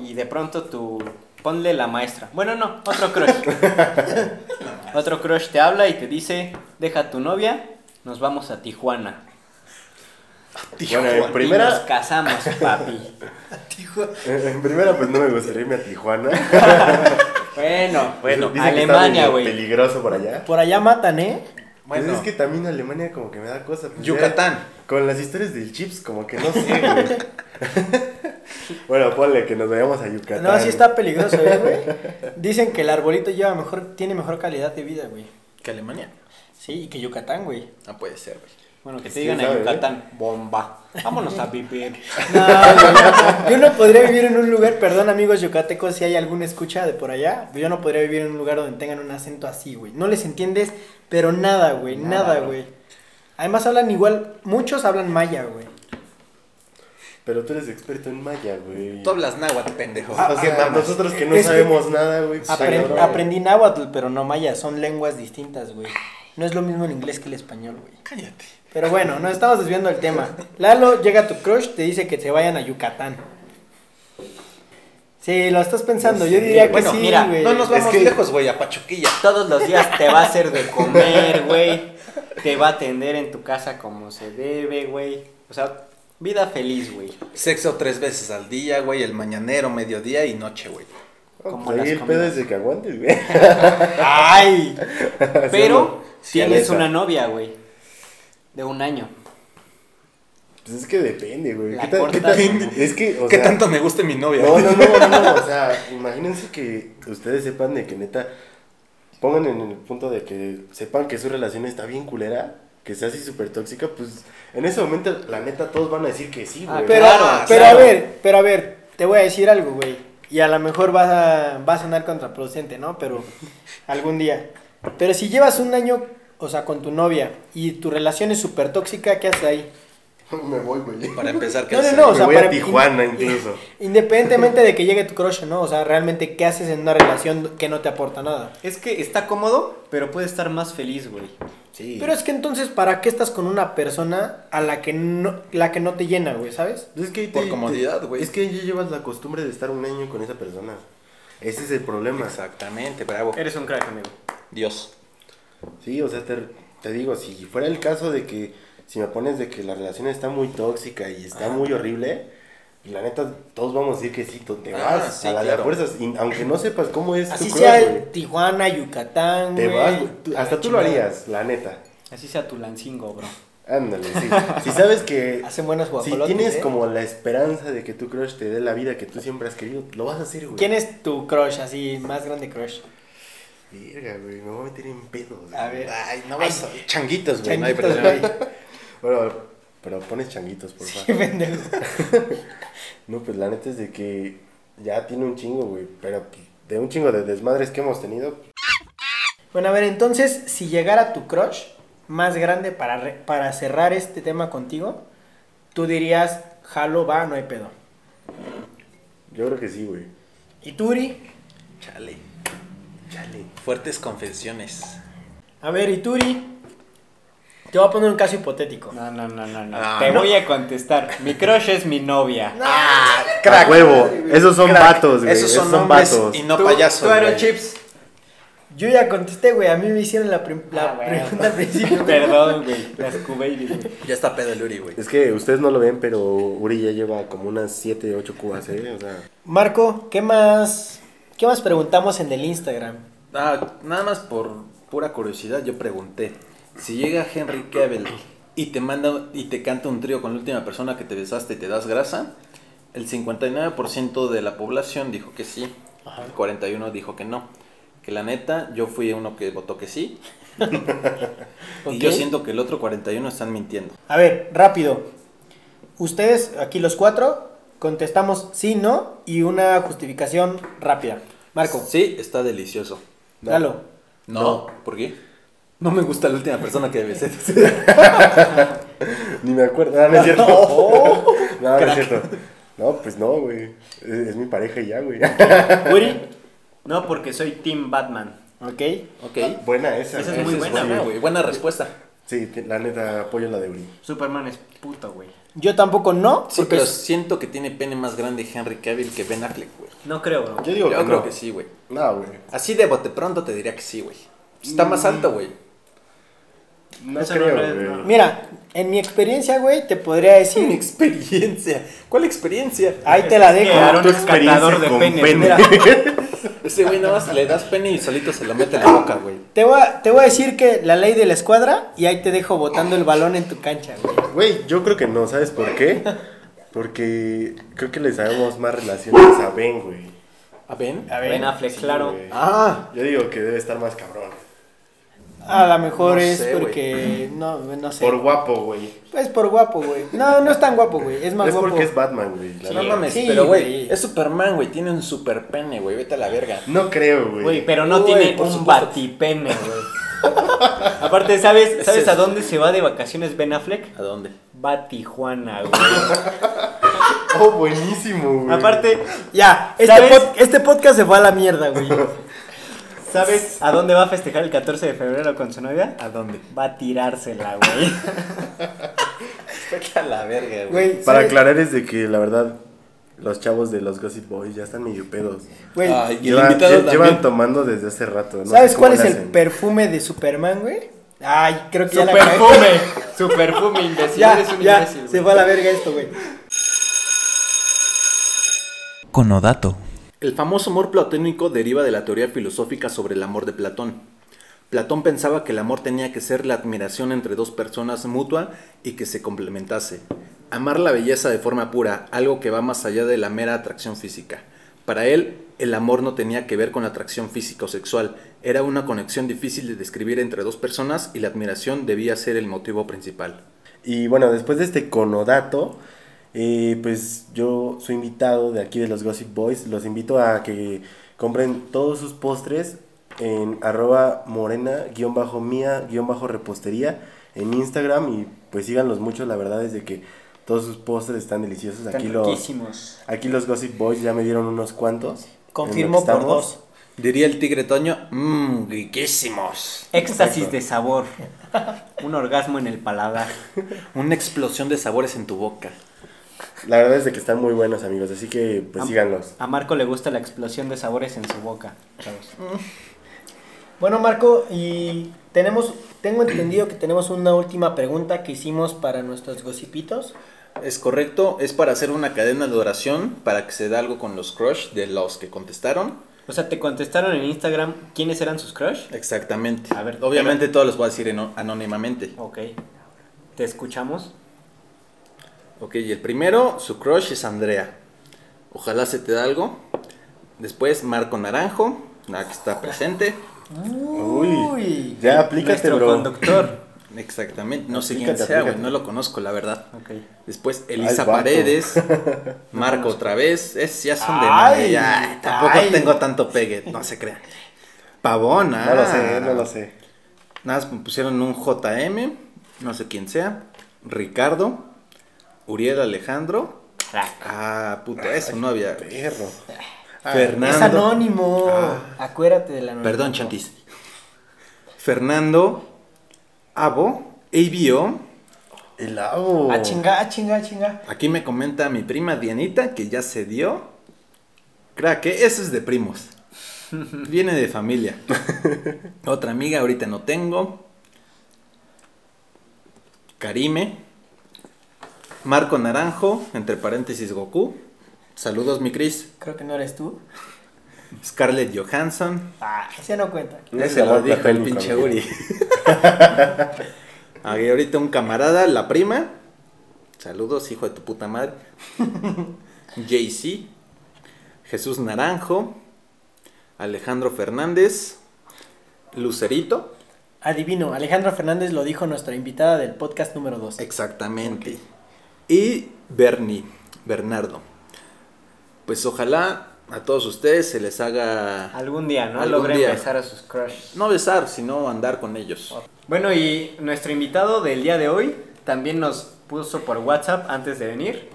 S4: y de pronto tú ponle la maestra. Bueno, no, otro crush. otro crush te habla y te dice, "Deja a tu novia, nos vamos a Tijuana."
S5: Bueno, en
S4: Y nos
S5: primera,
S4: casamos, papi.
S5: en primera, pues no me gustaría irme a Tijuana.
S4: bueno, bueno,
S5: Dicen que está
S4: Alemania,
S5: medio
S4: güey.
S5: Peligroso por allá.
S2: por allá matan, ¿eh?
S3: Bueno.
S5: Pues es que también Alemania como que me da cosa. pues,
S3: Yucatán.
S5: ya, Con las historias del chips, como que no sé, güey. bueno, ponle que nos vayamos a Yucatán.
S2: No, sí está peligroso, ¿eh, güey? Dicen que el arbolito lleva mejor, tiene mejor calidad de vida, güey.
S3: Que Alemania.
S2: Sí, y que Yucatán, güey.
S3: No puede ser, güey.
S4: Bueno, que te
S5: Sí,
S4: digan a
S5: sabe, ¿eh?
S4: Yucatán, bomba. Vámonos a vivir.
S2: No, güey, yo no podría vivir en un lugar, perdón amigos yucatecos, si hay alguna escucha de por allá, pues yo no podría vivir en un lugar donde tengan un acento así, güey. No les entiendes, pero nada, güey, nada, güey. Además hablan igual, muchos hablan maya, güey.
S5: Pero tú eres experto en maya, güey.
S3: Tú Ah, hablas náhuatl, pendejo.
S4: Pues,
S5: O sea,
S3: mamas?
S5: nosotros que no
S2: Es que
S5: sabemos nada, güey. pues,
S2: Apren-
S5: cabrón.
S2: aprendí náhuatl, pero no maya, son lenguas distintas, güey. No es lo mismo el inglés que el español, güey.
S3: Cállate.
S2: Pero bueno, nos estamos desviando del tema. Lalo, llega tu crush, te dice que se vayan a Yucatán. Sí, lo estás pensando, yo diría que
S4: Bueno,
S2: sí,
S4: mira,
S2: güey.
S3: No nos vamos
S5: es que-
S3: lejos, güey, a Pachuquilla.
S4: Todos los días te va a hacer de comer, güey. Te va a atender en tu casa como se debe, güey. O sea, vida feliz, güey.
S3: Sexo tres veces al día, güey, el mañanero, mediodía y noche, güey.
S4: como
S5: Pues
S4: las
S5: ahí el pedo
S4: comidas.
S5: es de que aguantes, güey.
S4: ¡Ay! Pero
S5: Sí,
S4: tienes
S5: esa.
S4: una novia, güey. De un año.
S5: Pues es que depende, güey.
S4: La
S5: ¿Qué tan- qué
S4: cortas,
S5: tan-
S4: ¿no?
S5: Es que, o
S3: ¿Qué
S5: sea,
S3: tanto me gusta mi novia?
S5: No, no, no, no, no, o sea, imagínense que ustedes sepan de que neta, pongan en el punto de que sepan que su relación está bien culera, que sea así súper tóxica, pues en ese momento la neta todos van a decir que sí,
S4: Ah,
S5: güey.
S2: Pero,
S4: Claro,
S2: pero
S4: claro.
S2: a ver, pero a ver, te voy a decir algo, güey. Y a lo mejor va a, va a sonar contraproducente, ¿no? Pero algún día. Pero si llevas un año, o sea, con tu novia y tu relación es súper tóxica, ¿qué haces ahí?
S5: Ah, Me voy, güey.
S3: Para empezar, ¿qué
S2: No, no,
S3: hacer?
S2: no, o
S5: Me
S2: sea,
S5: voy a
S2: para-
S5: Tijuana incluso.
S2: Independientemente de que llegue tu crush o no, o sea, realmente, ¿qué haces en una relación que no te aporta nada?
S4: Es que está cómodo, pero puede estar más feliz, güey.
S5: Sí.
S2: Pero es que entonces, ¿para qué estás con una persona a la que no, la que no te llena, güey, sabes?
S5: Pues es que ahí
S3: Por comodidad, güey.
S5: Es que ya llevas la costumbre de estar un año con esa persona. Ese es el problema.
S3: Exactamente, bravo.
S2: eh,
S4: Eres un crack, amigo.
S3: Dios.
S5: Sí, o sea, te, te digo, si fuera el caso de que, si me pones de que la relación está muy tóxica y está muy horrible, y la neta, todos vamos a decir que sí, tú te
S3: Ah,
S5: vas
S3: sí,
S5: a la de
S3: claro.
S5: fuerzas, y aunque no sepas cómo es
S2: Así
S5: tu
S2: sea
S5: crush, güey,
S2: Tijuana, Yucatán,
S5: te
S2: güey.
S5: vas, güey, tú-
S2: a
S5: hasta
S2: la
S5: tú lo
S2: chingada.
S5: harías, la neta.
S4: Así sea tu lancingo, bro.
S5: Ándale, sí. si sabes que...
S2: Hacen buenas
S5: Si
S2: guajolotes,
S5: tienes
S2: ¿eh?
S5: como la esperanza de que tu crush te dé la vida que tú siempre has querido, lo vas a hacer, güey.
S2: ¿Quién es tu crush, así, más grande crush?
S5: Verga, güey, me voy a meter en pedos.
S2: A
S5: güey.
S2: ver.
S3: Ay, no vas a... Changuitos, güey. No hay
S2: Changuitos,
S3: problema.
S2: güey.
S5: Bueno, pero pones changuitos, por favor.
S2: Sí, pendejo.
S5: No, pues la neta es de que ya tiene un chingo, güey. Pero de un chingo de desmadres que hemos tenido.
S2: Bueno, a ver, entonces, si llegara tu crush más grande para, re- para cerrar este tema contigo, tú dirías, jalo, va, no hay pedo.
S5: Yo creo que sí, güey.
S2: ¿Y tú, Uri?
S3: Chale.
S5: Chale.
S3: Fuertes confesiones.
S2: A ver, ¿y tú, Uri? Te voy a poner un caso hipotético.
S4: No, no, no, no, no.
S3: Ah,
S4: Te
S3: no.
S4: voy a contestar. Mi crush es mi novia.
S5: Crack. huevo. Esos son vatos, güey.
S3: Esos son, hombres y no
S4: Tú-
S3: payasos,
S4: Tú Aaron
S3: güey.
S4: Chips.
S2: Yo ya contesté, güey. A mí me hicieron la, prim- la
S4: Ah, bueno.
S2: pregunta al principio.
S4: Perdón, güey. Las cubates, güey.
S3: Ya está pedo el Uri, güey.
S5: Es que ustedes no lo ven, pero Uri ya lleva como unas 7, 8 cubas, ¿eh? O sea,
S2: Marco, ¿qué más, ¿qué más preguntamos en el Instagram?
S3: Ah, nada más por pura curiosidad, yo pregunté. Si llega Henry Cavill y te manda y te canta un trío con la última persona que te besaste y te das grasa, el 59% de la población dijo que sí, el 41 dijo que no. Que la neta, yo fui uno que votó que sí. Y yo
S2: Ok.
S3: siento que el otro 41 están mintiendo.
S2: A ver, rápido. Ustedes, aquí los cuatro, contestamos sí, no y una justificación rápida. Marco,
S3: Sí, está delicioso.
S5: No.
S2: Lalo.
S3: No. ¿Por qué? No me gusta la última persona que besé.
S5: ni me acuerdo. Ah, no es cierto. no, no es cierto. No, pues no, güey. Es, es mi pareja y ya, güey.
S4: Uri. No, porque soy Team Batman.
S2: Ok.
S3: ok.
S5: buena esa.
S4: Esa es
S5: güey.
S4: muy buena,
S5: sí,
S3: buena, güey. Buena respuesta.
S5: Sí, te- la neta, apoyo la de Uri.
S4: Superman es puto, güey.
S2: Yo tampoco no,
S3: Sí,
S2: porque
S3: pero siento que tiene pene más grande Henry Cavill que Ben Affleck, güey.
S4: No creo, bro.
S5: Yo
S3: Yo
S5: digo
S3: creo
S5: no.
S3: que sí, güey.
S5: No, güey.
S3: Así de bote pronto te diría que sí, güey. Está más alto, güey.
S5: No
S4: Eso no
S5: creo,
S4: lo es,
S5: güey.
S4: no.
S2: mira, en mi experiencia, güey, te podría decir,
S3: experiencia. ¿Cuál experiencia?
S2: ahí te la
S4: Es que
S2: dejo.
S4: Aaron
S5: Tu
S4: es catador
S5: experiencia
S4: de
S5: con
S4: penes.
S5: pene.
S4: mira.
S3: Ese güey nada más le das pene y solito se lo mete en la boca, güey.
S2: Te voy, a, te voy a decir que la ley de la escuadra y ahí te dejo botando el balón en tu cancha, güey.
S5: Güey, yo creo que no, ¿sabes por qué? Porque creo que le sabemos más relaciones a Ben, güey.
S3: ¿A Ben?
S2: A ver.
S4: Ben Affleck, claro.
S5: güey.
S3: Ah.
S5: Yo digo que debe estar más cabrón.
S2: A lo mejor
S3: No
S2: es
S3: sé,
S2: porque no, no sé.
S5: Por guapo, güey.
S2: Es por guapo, güey. No, no es tan guapo, güey. Es más
S5: Es
S2: guapo.
S5: porque es Batman, güey. la
S3: no
S5: verdad.
S3: mames,
S2: sí,
S3: pero güey,
S2: güey.
S3: es Superman, güey. Tiene un super pene, güey. Vete a la verga.
S5: No creo, güey.
S4: Güey, pero no
S3: Uy,
S4: tiene
S3: por
S4: un
S3: supuesto.
S4: batipene, güey. Aparte, ¿sabes, ¿sabes
S3: Ese-
S4: a dónde se va de vacaciones Ben Affleck?
S3: ¿A dónde?
S4: Va a Tijuana, güey.
S5: Oh, buenísimo, güey.
S4: Aparte,
S2: Ya, este,
S4: ¿Sabes?
S2: pod- este podcast se fue a la mierda, güey.
S4: ¿sabes a dónde va a festejar el 14 de febrero con su novia?
S3: ¿A dónde?
S4: Va a tirársela, güey.
S3: Vete a la verga, güey.
S2: Güey,
S5: Para
S2: ¿sabes?
S5: aclarar es de que la verdad los chavos de los Gossip Boys ya están medio pedos.
S2: Güey,
S3: Ay, y el
S5: Llevan,
S3: invitado
S5: lle-
S3: también.
S5: llevan tomando desde hace rato. Ah, no
S2: ¿Sabes
S5: sé
S2: cuál
S5: cómo
S2: es
S5: le
S2: el
S5: hacen.
S2: perfume de Superman, güey? Ay, creo que ya la
S4: Su
S2: acabé.
S4: perfume, su perfume, imbécil.
S2: Ya,
S4: eres un
S2: ya,
S4: imbécil,
S2: se
S4: güey.
S2: fue a la verga esto, güey.
S3: Conodato. El famoso amor platónico deriva de la teoría filosófica sobre el amor de Platón. Platón pensaba que el amor tenía que ser la admiración entre dos personas mutua y que se complementase. Amar la belleza de forma pura, algo que va más allá de la mera atracción física. Para él, el amor no tenía que ver con la atracción física o sexual, era una conexión difícil de describir entre dos personas y la admiración debía ser el motivo principal.
S5: Y bueno, después de este conodato, eh, pues yo soy invitado de aquí de los Gossip Boys. Los invito a que compren todos sus postres en arroba morena-mía-repostería en Instagram y pues síganlos mucho. La verdad es de que todos sus postres están deliciosos.
S4: Están
S5: aquí, los,
S4: riquísimos.
S5: aquí los Gossip Boys ya me dieron unos cuantos. en lo que
S2: Confirmó por
S5: estamos.
S2: dos.
S3: Diría el tigre Toño, mmm, riquísimos.
S4: Éxtasis
S5: Exacto.
S4: de sabor. Un orgasmo en el paladar.
S3: Una explosión de sabores en tu boca.
S5: La verdad es de que están muy buenos amigos, así que pues
S4: Am-
S5: síganlos.
S4: A Marco le gusta la explosión de sabores en su boca. chavos.
S2: Bueno, Marco, y tenemos, tengo entendido que tenemos una última pregunta que hicimos para nuestros gocipitos.
S3: Es correcto, es para hacer una cadena de oración para que se dé algo con los crush de los que contestaron.
S4: O sea, te contestaron en Instagram quiénes eran sus crush.
S3: Exactamente.
S4: A ver,
S3: Obviamente todos los voy a decir eno- anónimamente.
S4: Ok. ¿Te escuchamos?
S3: Ok, y el primero, su crush es Andrea. Ojalá se te da algo. Después, Marco Naranjo, la que está presente.
S5: Uy, ya aplícate,
S4: Nuestro
S5: bro.
S4: conductor.
S3: Exactamente, no sé quién
S5: Aplícate,
S3: sea, güey,
S5: aplícate.
S3: no lo conozco, la verdad.
S4: Ok.
S3: Después,
S5: Ay,
S3: Elisa
S5: vato.
S3: Paredes, Marco otra vez, es, ya son de
S2: Ay,
S3: mame, ya, tampoco
S2: ay.
S3: tengo tanto pegue, no se crean. Pavón, ah.
S5: No lo sé, no lo sé.
S3: Nada más me pusieron un JM, no sé quién sea, Ricardo, Uriel Alejandro,
S4: Crack.
S3: ah, puto, eso no había,
S5: Perro.
S2: Es
S3: Fernando,
S2: anónimo. Acuérdate del anónimo.
S3: perdón Chantis, Fernando, Abo, ABO,
S5: El abo.
S2: Ah, chinga, ah, chinga, ah, chinga.
S3: aquí me comenta mi prima Dianita que ya se dio, crack, ¿eh? eso es de primos, viene de familia, otra amiga ahorita no tengo, Karime, Marco Naranjo, entre paréntesis Goku. Saludos, mi Cris.
S2: Creo que no eres tú.
S3: Scarlett Johansson.
S2: Ah, ese no cuenta.
S5: No es
S3: Ese
S5: el
S3: lo
S5: amor
S3: dijo el
S5: platónico,
S3: pinche
S5: amigo.
S3: Uri. Ahí ahorita un camarada, la prima. Saludos, hijo de tu puta madre. JC. Jesús Naranjo. Alejandro Fernández. Lucerito.
S2: Adivino, Alejandro Fernández lo dijo nuestra invitada del podcast número 2.
S3: Exactamente. Y Bernie, Bernardo. Pues ojalá a todos ustedes se les haga...
S4: Algún día, ¿no?
S3: Algún
S4: Logren
S3: día.
S4: besar a sus crushes.
S3: No besar, sino andar con ellos.
S4: Bueno, y nuestro invitado del día de hoy también nos puso por WhatsApp antes de venir.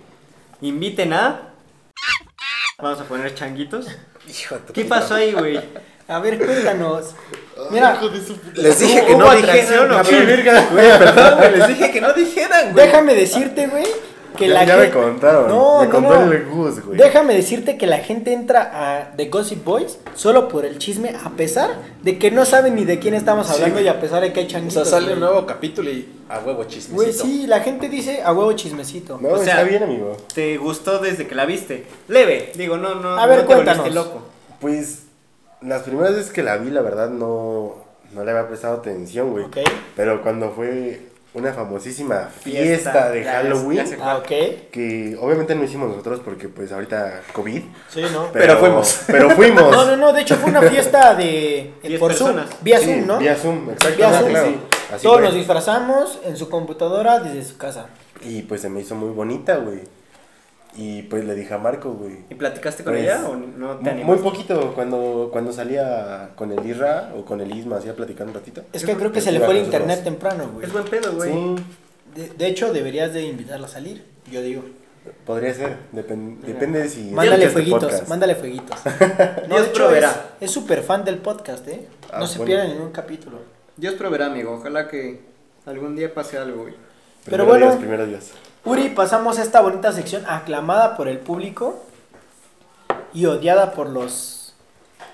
S4: Inviten a. Vamos a poner changuitos. ¿Qué pasó ahí, güey?
S2: A ver, cuéntanos. Mira,
S3: Les dije
S4: ¿Hubo-
S3: que no
S4: hubo
S3: dijeran.
S4: atracción o
S3: cabrón.
S4: qué?
S3: Güey, perdón, güey, les dije que no dijeran, güey.
S2: déjame decirte, güey, que
S5: ya,
S2: la
S5: ya me
S2: gente-
S5: contaron.
S2: No,
S5: me
S2: no,
S5: contó
S2: no.
S5: el Gus, güey.
S2: Déjame decirte que la gente entra a The Gossip Boys solo por el chisme, a pesar de que no saben ni de quién estamos hablando y a pesar de que hay
S3: O
S2: changuitos.
S3: sea, sale
S2: güey.
S3: un nuevo capítulo y a huevo chismecito.
S2: Güey, sí, la gente dice a huevo chismecito.
S5: No,
S4: O sea-
S5: está bien, amigo.
S4: ¿Te gustó desde que la viste? Leve, digo, no, no.
S2: A ver,
S4: no te volviste
S2: cuéntanos.
S4: loco.
S5: Pues las primeras veces que la vi, la verdad, no, no le había prestado atención, güey.
S2: Ok.
S5: Pero cuando fue una famosísima fiesta,
S4: Fiesta,
S5: de
S4: ya, ya,
S5: Halloween,
S4: ya se-
S2: Ah, ok.
S5: que obviamente no hicimos nosotros porque pues ahorita COVID.
S2: Sí, ¿no?
S3: Pero fuimos.
S5: Pero fuimos.
S2: No, no, no, de hecho fue una fiesta de... eh,
S4: Diez
S2: por Zoom,
S4: personas.
S2: vía
S5: Sí,
S2: Zoom, ¿no?
S5: Vía Zoom,
S2: Vía Zoom.
S5: exactamente. claro. Así
S2: Todos
S5: fue.
S2: nos disfrazamos en su computadora desde su casa.
S5: Y pues se me hizo muy bonita, güey. Y pues le dije a Marco, güey.
S4: ¿Y platicaste con
S5: Pues,
S4: ella o no te
S5: Muy,
S4: animaste?
S5: muy poquito, cuando, cuando salía con el Irra o con el Isma, hacía platicar un ratito.
S2: Es que creo que
S5: Sí,
S2: se le
S5: iba
S2: fue el
S5: con nosotros.
S2: internet temprano, güey.
S4: Es buen pedo, güey.
S5: Sí.
S2: De, de hecho, deberías de invitarla a salir, yo digo.
S5: Podría ser, depen- depende de si...
S2: Mándale
S5: escuchas este
S2: fueguitos,
S5: podcast.
S2: mándale fueguitos. No, de
S4: Dios
S2: hecho,
S4: proveerá.
S2: es súper fan del podcast, ¿eh?
S5: Ah,
S2: no se
S5: bueno.
S2: pierdan ningún capítulo.
S4: Dios proveerá, amigo. Ojalá que algún día pase algo, güey.
S2: Pero
S5: Primero
S2: bueno.
S5: Dios, primero Dios.
S2: Uri, pasamos a esta bonita sección aclamada por el público y odiada por los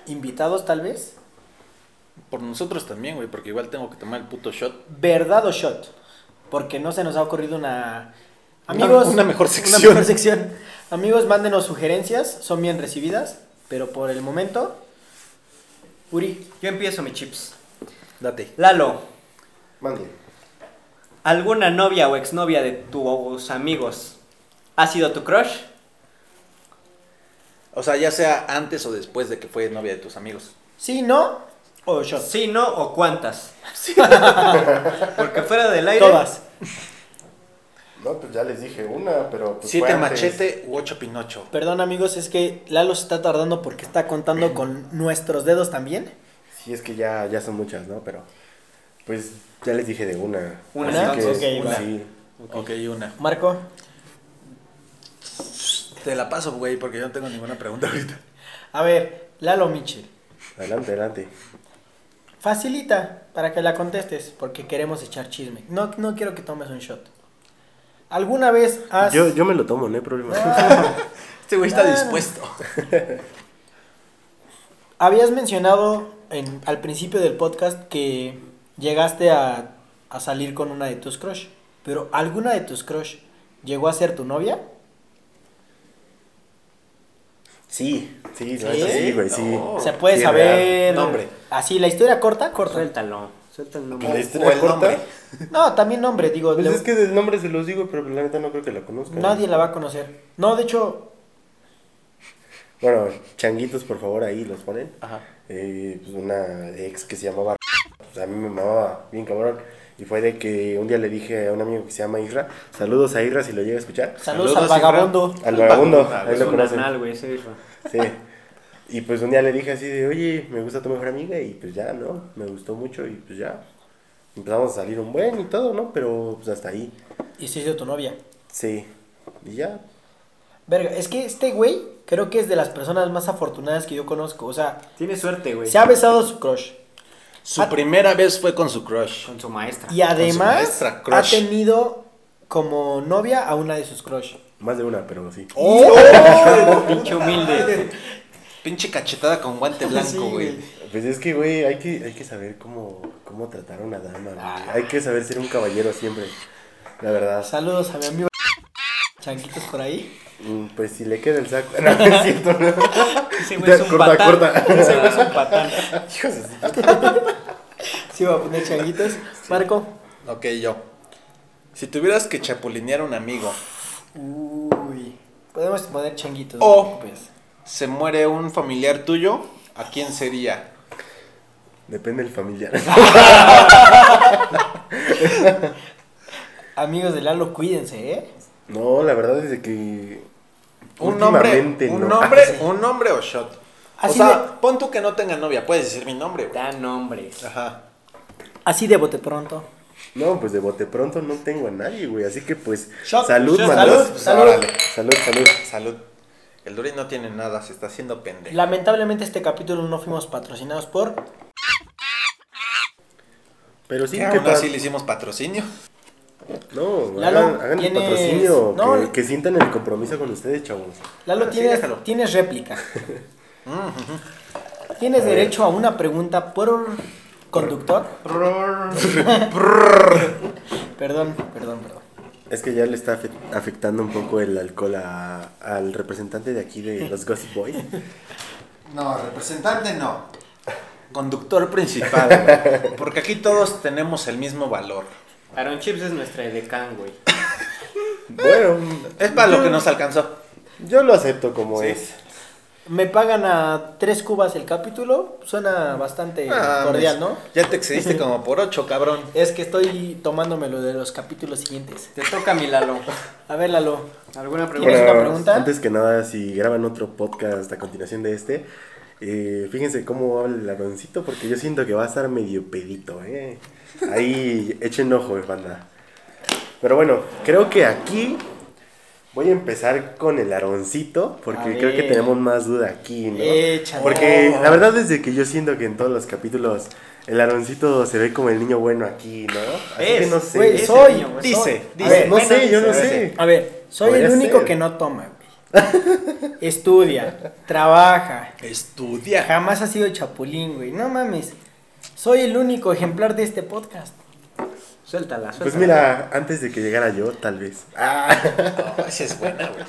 S2: invitados, tal vez.
S3: Por nosotros también, güey, porque igual tengo que tomar el puto shot.
S2: ¿Verdad o shot? Porque no se nos ha ocurrido una. Amigos.
S3: una mejor sección.
S2: mejor sección. Amigos, mándenos sugerencias, son bien recibidas, pero por el momento. Uri,
S4: Yo empiezo mis chips.
S3: Date.
S4: Lalo,
S5: Mande.
S4: ¿alguna novia o exnovia de tus amigos ha sido tu crush?
S3: O sea, ya sea antes o después de que fue novia de tus amigos.
S2: ¿sí, no? ¿O shot?
S4: Sí, no o cuántas. Porque fuera del aire.
S2: Todas.
S5: No, pues ya les dije una, pero... Pues
S3: Siete
S5: fue antes.
S3: machete u ocho pinocho.
S2: Perdón, amigos, es que Lalo se está tardando porque está contando con nuestros dedos también.
S5: Sí, es que ya, ya son muchas, ¿no? Pero pues ya les dije de una.
S4: Una,
S5: Así que, pues,
S2: entonces, ok, va.
S5: sí.
S3: ok, una.
S2: Marco,
S3: Te la paso, güey, porque yo no tengo ninguna pregunta ahorita.
S2: a ver, Lalo Michel,
S5: Adelante, adelante.
S2: facilita para que la contestes porque queremos echar chisme. No, no quiero que tomes un shot. ¿Alguna vez has...
S5: Yo, yo me lo tomo, no hay problema.
S2: Ah,
S3: Este güey está
S2: Claro.
S3: dispuesto.
S2: habías mencionado en- al principio del podcast que llegaste a, a salir con una de tus crush, pero ¿alguna de tus crush llegó a ser tu novia?
S5: Sí, sí, la
S2: ¿Sí?
S5: neta sí, güey, sí.
S3: No.
S2: Se puede
S5: Sí, es
S2: saber...
S3: real. Nombre.
S2: Así, la historia corta, corta.
S4: Suéltalo. Suéltalo.
S5: real. Pues, La
S3: O
S5: historia
S3: el
S5: corta.
S3: nombre.
S2: No, también nombre, digo.
S5: Pues
S2: le-
S5: es que del nombre se los digo, pero la neta no creo que la conozcan.
S2: Nadie la va a conocer. No, de hecho,
S5: Bueno, changuitos, por favor, ahí los ponen.
S3: Ajá.
S5: Eh, pues una ex que se llamaba. Pues a mí me mamaba bien cabrón. Y fue de que un día le dije a un amigo que se llama Isra. Saludos a Isra si lo llega a escuchar.
S2: saludos,
S3: Saludos,
S2: al
S3: Ifra.
S2: vagabundo.
S5: Al vagabundo,
S3: vagabundo,
S5: ahí
S4: Ah, pues, Es
S5: lo
S4: un
S5: conocen.
S4: anal, güey, ese hijo.
S5: Sí. Y pues un día le dije así de, oye, me gusta tu mejor amiga y pues ya, ¿no? Me gustó mucho y pues ya. Empezamos a salir un buen y todo, ¿no? Pero pues hasta ahí.
S2: Y se hizo tu novia.
S5: Sí. Y ya.
S2: Verga, es que este güey creo que es de las personas más afortunadas que yo conozco. O sea,
S4: Tiene suerte, güey.
S2: se ha besado su crush.
S3: Su primera vez fue con su crush.
S4: Con su maestra.
S2: Y además
S3: maestra,
S2: ha
S3: crush.
S2: tenido como novia a una de sus crush.
S5: Más de una, pero
S2: Oh,
S5: sí.
S4: Pinche humilde.
S3: Pinche cachetada con guante
S2: Sí,
S3: blanco,
S2: güey.
S3: güey.
S5: Pues es que, güey, hay que, hay que saber cómo, cómo tratar a una dama,
S4: Ah.
S5: güey. Hay que saber ser un caballero siempre. La verdad.
S2: Saludos a mi amigo. Chanquitos por ahí.
S5: Mm, Pues si le queda el saco. No, no es cierto, no.
S4: Ese güey es un
S5: Corta,
S4: patán.
S5: corta.
S4: Ese güey es un patán.
S5: Hijos de su-
S2: Sí, va a poner changuitos. Marco.
S3: Ok, yo. Si tuvieras que chapulinear a un amigo,
S2: Uy. Podemos poner changuitos.
S3: O-
S2: no te preocupes.
S3: se muere un familiar tuyo, ¿a quién sería?
S5: Depende del familiar.
S2: Amigos de Lalo, cuídense, ¿eh?
S5: No, la verdad es de que.
S3: Un nombre,
S5: últimamente
S3: un
S5: no. Ah,
S3: nombre, un nombre o shot. O
S2: Así
S3: sea, pon tú que no tenga novia, puedes decir mi nombre, güey.
S4: Da nombres.
S3: Ajá.
S2: Así de bote pronto.
S5: No, pues de bote pronto no tengo a nadie, güey. Así que pues.
S2: Shot,
S5: salud,
S2: shot,
S5: manos.
S2: salud, salud.
S5: Órale. salud, salud.
S3: Salud. El Duri no tiene nada, se está haciendo pendejo.
S2: Lamentablemente este capítulo no fuimos patrocinados por...
S5: Pero sí,
S3: Que
S5: que
S3: aún
S5: pa-
S3: así le hicimos patrocinio.
S5: No,
S2: Lalo,
S5: hagan, hagan el
S2: tienes-
S5: patrocinio.
S2: no,
S5: que, que sientan el compromiso con ustedes, chavos.
S2: Lalo,
S3: Ah, sí,
S2: tienes,
S3: déjalo.
S2: tienes réplica. tienes derecho a una pregunta por conductor. perdón, perdón, perdón.
S5: Es que ya le está afe- afectando un poco el alcohol a- al representante de aquí de los Gossip Boys.
S3: No, representante no. Conductor principal. güey. Porque aquí todos tenemos el mismo valor.
S4: Aaron Chips es nuestra edecán, güey.
S5: bueno,
S3: Es para lo que nos alcanzó.
S5: yo lo acepto como es.
S2: Me pagan a tres cubas el capítulo. Suena
S3: Eh,
S2: bastante cordial, ¿no?
S3: Ah, Ya te excediste como por ocho, cabrón.
S2: Es que estoy tomándomelo de los capítulos siguientes.
S4: Te toca, mi Lalo.
S2: A ver, Lalo.
S4: ¿Alguna pregunta?
S2: ¿Tienes una pregunta?
S5: Antes que nada, si graban otro podcast a continuación de este, eh, fíjense cómo habla el Aaroncito, porque yo siento que va a estar medio pedito, ¿eh? Ahí echen ojo, eh, banda. Pero bueno, creo que aquí Voy a empezar con el Aroncito, porque
S2: A
S5: creo que
S2: ver.
S5: tenemos más duda aquí, ¿no?
S2: Échale.
S5: Porque la verdad desde que yo siento que en todos los capítulos el Aroncito se ve como el niño bueno aquí, ¿no? Así
S4: Es,
S5: que no sé.
S2: güey,
S5: Ese-
S2: soy-
S4: niño, güey,
S5: dice,
S4: soy.
S5: dice.
S2: A ver,
S5: no sé, yo no
S4: dice,
S5: sé.
S2: A ver, soy
S5: Podría
S2: el único
S5: ser.
S2: que no toma, güey. Estudia, trabaja,
S3: Estudia.
S2: jamás ha sido chapulín, güey. No mames. Soy el único ejemplar de este podcast.
S4: Suéltala, suéltala.
S5: Pues mira, antes de que llegara yo, tal vez. Ah,
S3: No, esa es buena, güey.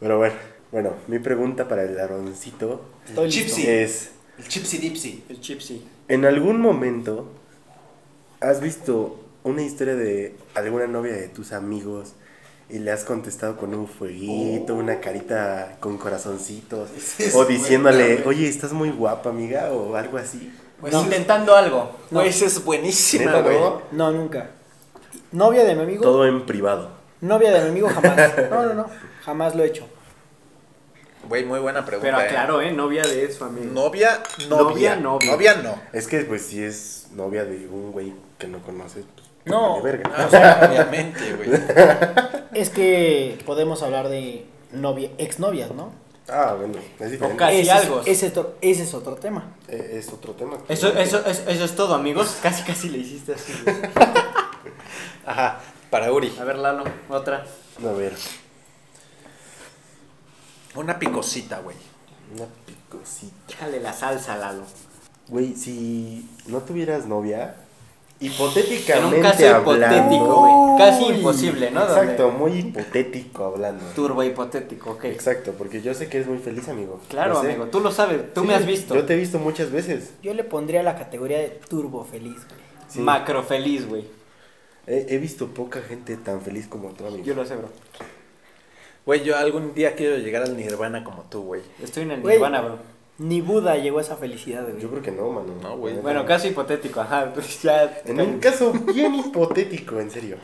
S5: Pero bueno, bueno, mi pregunta para el Aroncito
S2: Estoy listo.
S3: Chipsy. Sí.
S5: es...
S3: El Chipsy Dipsy.
S4: El chipsy.
S5: ¿En algún momento has visto una historia de alguna novia de tus amigos y le has contestado con un fueguito, una carita con corazoncitos?
S3: Sí,
S5: o
S3: es
S5: diciéndole,
S3: buena, güey.
S5: oye, estás muy guapa, amiga, o algo así.
S3: Pues
S4: No.
S3: sí.
S4: Intentando algo.
S3: No.
S4: Güey,
S3: Pues es buenísima,
S5: Neta,
S3: güey.
S5: ¿no?
S2: No, nunca. Novia de mi amigo.
S5: Todo en privado.
S2: Novia de mi amigo jamás. No, no, no. Jamás lo he hecho.
S3: Güey, muy buena pregunta.
S4: Pero
S3: ¿eh?
S4: aclaró, ¿eh? Novia de su amigo.
S3: Novia, novia.
S4: Novia, novia.
S3: Novia, no.
S5: Es que, pues, si es novia de un güey que no conoces, pues,
S2: No.
S5: de verga.
S3: Ah, o sea, obviamente, güey.
S2: Es que podemos hablar de novia, exnovias, ¿no?
S5: Ah, bueno, es diferente.
S4: Casi
S2: ese,
S4: algo.
S2: Es, ese, es otro- ese es otro tema.
S5: Eh, Es otro tema.
S4: Eso, eso, eso, eso es todo, amigos. Casi, casi le hiciste así. güey.
S5: Ajá.
S3: Para Uri.
S4: A ver, Lalo, otra.
S5: A ver,
S3: Una picosita, güey.
S5: una picosita.
S4: Échale la salsa, Lalo.
S5: Güey, si no tuvieras novia,
S4: En
S5: hipotéticamente
S4: un caso
S5: hablando,
S4: hipotético, güey. Casi imposible, ¿no?
S5: Exacto,
S4: Donde-
S5: muy hipotético hablando.
S4: Turbo hipotético, ok.
S5: Exacto, porque yo sé que eres muy feliz, amigo.
S4: Claro,
S5: Lo sé.
S4: amigo. Tú lo sabes. Tú
S5: Sí,
S4: me has visto.
S5: Yo te he visto muchas veces.
S2: Yo le pondría la categoría de turbo feliz, güey.
S5: Sí.
S4: Macro feliz, güey.
S5: He, he visto poca gente tan feliz como tú, amigo.
S4: Yo lo sé, bro.
S3: Güey, yo algún día quiero llegar al nirvana como tú, güey.
S4: Estoy en el
S2: Güey.
S4: Nirvana, bro.
S2: Ni Buda llegó a esa felicidad, güey.
S5: Yo creo que no, mano.
S3: No, güey.
S5: La neta.
S4: Bueno, caso hipotético, ajá. Pues ya.
S5: En un caso bien hipotético, en serio.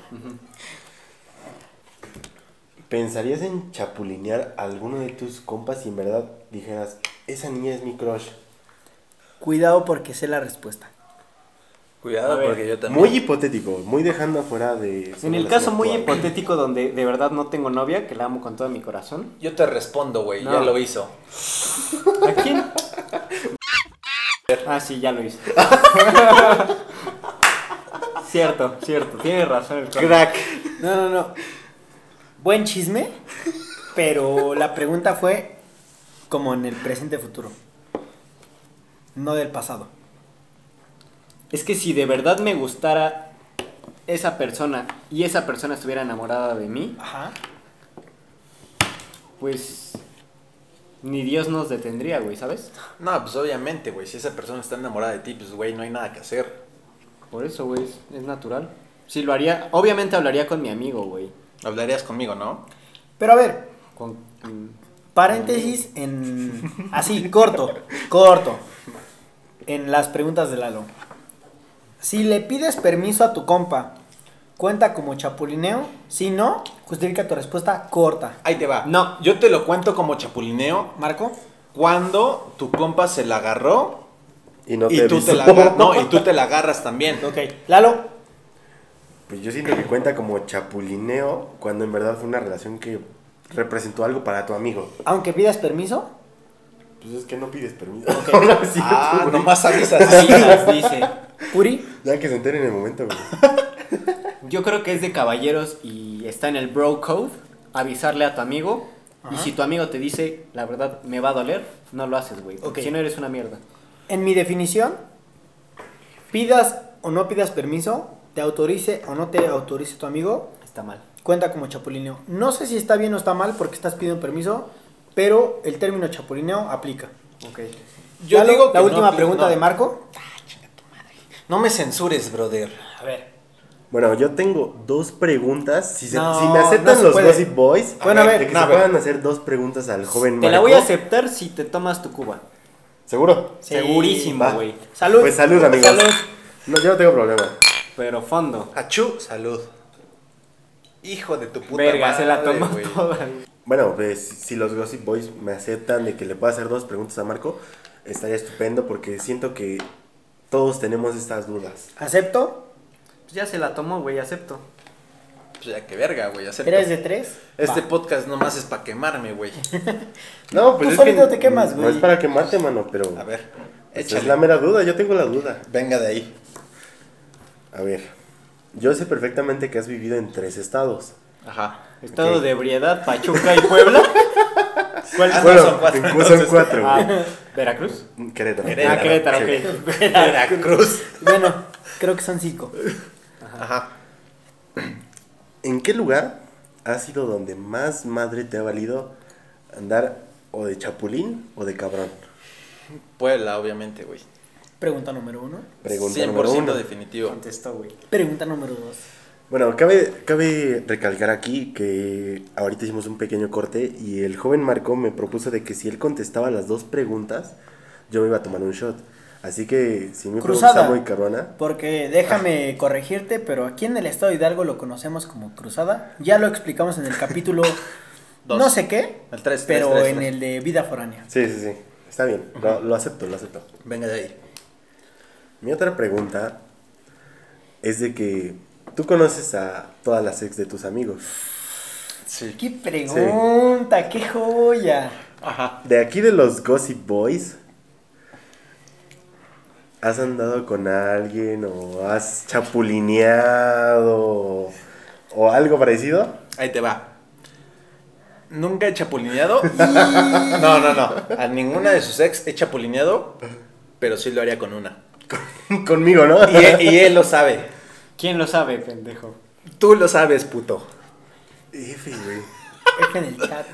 S5: ¿Pensarías en chapulinear a alguno de tus compas si en verdad dijeras, esa niña es mi crush?
S2: Cuidado porque sé la respuesta.
S4: A
S3: Cuidado,
S4: ver.
S3: porque yo también.
S5: Muy hipotético, muy dejando afuera de... su
S4: En el
S5: relación
S4: caso muy
S5: actual.
S4: hipotético donde de verdad no tengo novia, que la amo con todo mi corazón.
S3: Yo te respondo, güey.
S4: No.
S3: Ya lo hizo.
S4: ¿A quién? Ah, sí, ya lo hice. cierto, cierto. Tienes razón el crack.
S2: No, no, no. Buen chisme, pero la pregunta fue como en el presente futuro. No del pasado.
S4: Es que si de verdad me gustara esa persona y esa persona estuviera enamorada de mí,
S2: Ajá.
S4: pues ni Dios nos detendría, güey, ¿sabes?
S3: No, pues obviamente, güey. Si esa persona está enamorada de ti, pues, güey, no hay nada que hacer.
S4: Por eso, güey, es, es natural. Si lo haría, obviamente hablaría con mi amigo, güey.
S3: Hablarías conmigo, ¿no?
S2: Pero a ver,
S4: Con, mm,
S2: paréntesis en. Así, corto, corto. En las preguntas de Lalo. Si le pides permiso a tu compa, ¿cuenta como chapulineo? Si no, justifica tu respuesta corta.
S3: Ahí te va.
S4: No.
S3: Yo te lo cuento como chapulineo
S2: ¿Marco?
S3: cuando tu compa se la agarró
S5: Y, no
S3: y
S5: te
S3: tú
S5: avisó.
S3: te la agarras. No, y tú te la agarras también.
S2: Ok. Lalo,
S5: Pues yo siento que cuenta como chapulineo cuando en verdad fue una relación que representó algo para tu amigo.
S2: aunque pidas permiso,
S5: Pues es que no pides permiso.
S2: Ok.
S5: No es cierto,
S3: Ah,
S5: güey.
S3: nomás avisas.
S4: avisas, dice.
S2: Uri,
S5: Ya que se enteren en el momento, güey.
S4: Yo creo que es de caballeros y está en el bro code avisarle a tu amigo. Y
S2: Ajá.
S4: si tu amigo te dice, la verdad, me va a doler, no lo haces, güey. Porque
S2: Ok.
S4: si no eres una mierda.
S2: en mi definición, pidas o no pidas permiso, te autorice o no te autorice tu amigo,
S4: Está mal.
S2: cuenta como chapulineo. No sé si está bien o está mal porque estás pidiendo permiso, pero el término chapulineo aplica.
S4: Ok.
S3: Yo
S2: Lalo,
S3: digo que
S2: la
S3: no
S2: última
S3: apli-
S2: pregunta
S3: no.
S2: de Marco.
S3: No me censures, brother.
S2: A ver.
S5: Bueno, yo tengo dos preguntas. Si, se-
S2: No,
S5: si me
S2: no
S5: aceptan
S2: se
S5: los
S2: puede.
S5: Gossip Boys,
S2: Bueno, a ver,
S5: de que
S2: no,
S5: se
S2: a ver.
S5: puedan hacer dos preguntas al joven
S4: Te la
S5: Marco.
S4: voy a aceptar si te tomas tu cuba.
S5: ¿Seguro?
S2: Sí.
S4: Segurísimo,
S5: Va.
S4: güey.
S2: Salud.
S5: Pues salud, amigos.
S2: Salud.
S5: No, yo no tengo problema.
S4: Pero fondo.
S3: Achú, salud. Hijo de tu puta
S4: Verga, se la
S3: madre,
S4: tomó
S3: güey.
S4: toda.
S5: Bueno, pues si los Gossip Boys me aceptan de que le pueda hacer dos preguntas a Marco, estaría estupendo porque siento que todos tenemos estas dudas.
S2: ¿Acepto?
S4: Ya se la tomó, güey, acepto.
S3: pues ya que verga, güey. acepto.
S2: ¿Eres de tres?
S3: Este podcast nomás es para quemarme, güey.
S5: No, pues
S2: Tú
S5: es
S2: solito
S5: que
S2: te quemas,
S5: No
S2: güey.
S5: es para quemarte, mano, pero.
S3: A ver,
S5: pues,
S3: échale.
S5: es la mera duda, yo tengo la duda.
S3: Venga de ahí.
S5: A ver. Yo sé perfectamente que has vivido en tres estados.
S3: Ajá.
S4: Estado
S5: Ok.
S4: de ebriedad, Pachuca y Puebla. ¿Cuál?
S3: Ah, no,
S5: bueno,
S3: son cuatro,
S5: en- son
S3: entonces.
S5: cuatro. güey.
S4: Ah, ¿Veracruz?
S5: Querétaro.
S4: Ah, Querétaro,
S5: sí.
S4: ok.
S3: Veracruz.
S2: Bueno, creo que son cinco.
S3: Ajá.
S5: ¿En qué lugar ha sido donde más madre te ha valido andar o de chapulín o de cabrón?
S3: Puebla, obviamente, güey.
S2: Pregunta número uno.
S5: Pregunta
S3: 100%
S5: número uno.
S3: definitivo.
S4: Contestó, güey.
S2: Pregunta número dos.
S5: Bueno, cabe, cabe recalcar aquí que ahorita hicimos un pequeño corte y el joven Marco me propuso de que si él contestaba las dos preguntas, yo me iba a tomar un shot. Así que si mi
S2: Cruzada.
S5: pregunta está muy cabrona,
S2: Porque déjame corregirte, pero aquí en el estado de Hidalgo lo conocemos como cruzada. Ya lo explicamos en el capítulo
S3: Dos.
S2: no sé qué,
S3: El tres,
S2: pero
S3: tres, tres,
S2: en
S3: tres.
S2: el de vida foránea.
S5: sí, sí, sí, está bien, lo, lo acepto, lo acepto.
S3: Venga de ahí.
S5: Mi otra pregunta es de que tú conoces a todas las ex de tus amigos.
S3: Sí.
S2: ¡Qué pregunta! ¡Qué joya!
S3: Ajá.
S5: De aquí de los Gossip Boys, ¿has andado con alguien o has chapulineado o algo parecido?
S3: Ahí te va. Nunca he chapulineado. No, no, no. A ninguna de sus ex he chapulineado, pero sí lo haría con una.
S5: Conmigo, ¿no?
S3: Y
S2: e-
S3: él, y él lo sabe.
S4: ¿Quién lo sabe, pendejo?
S3: Tú lo sabes, puto.
S5: F, güey.
S2: F en el chat.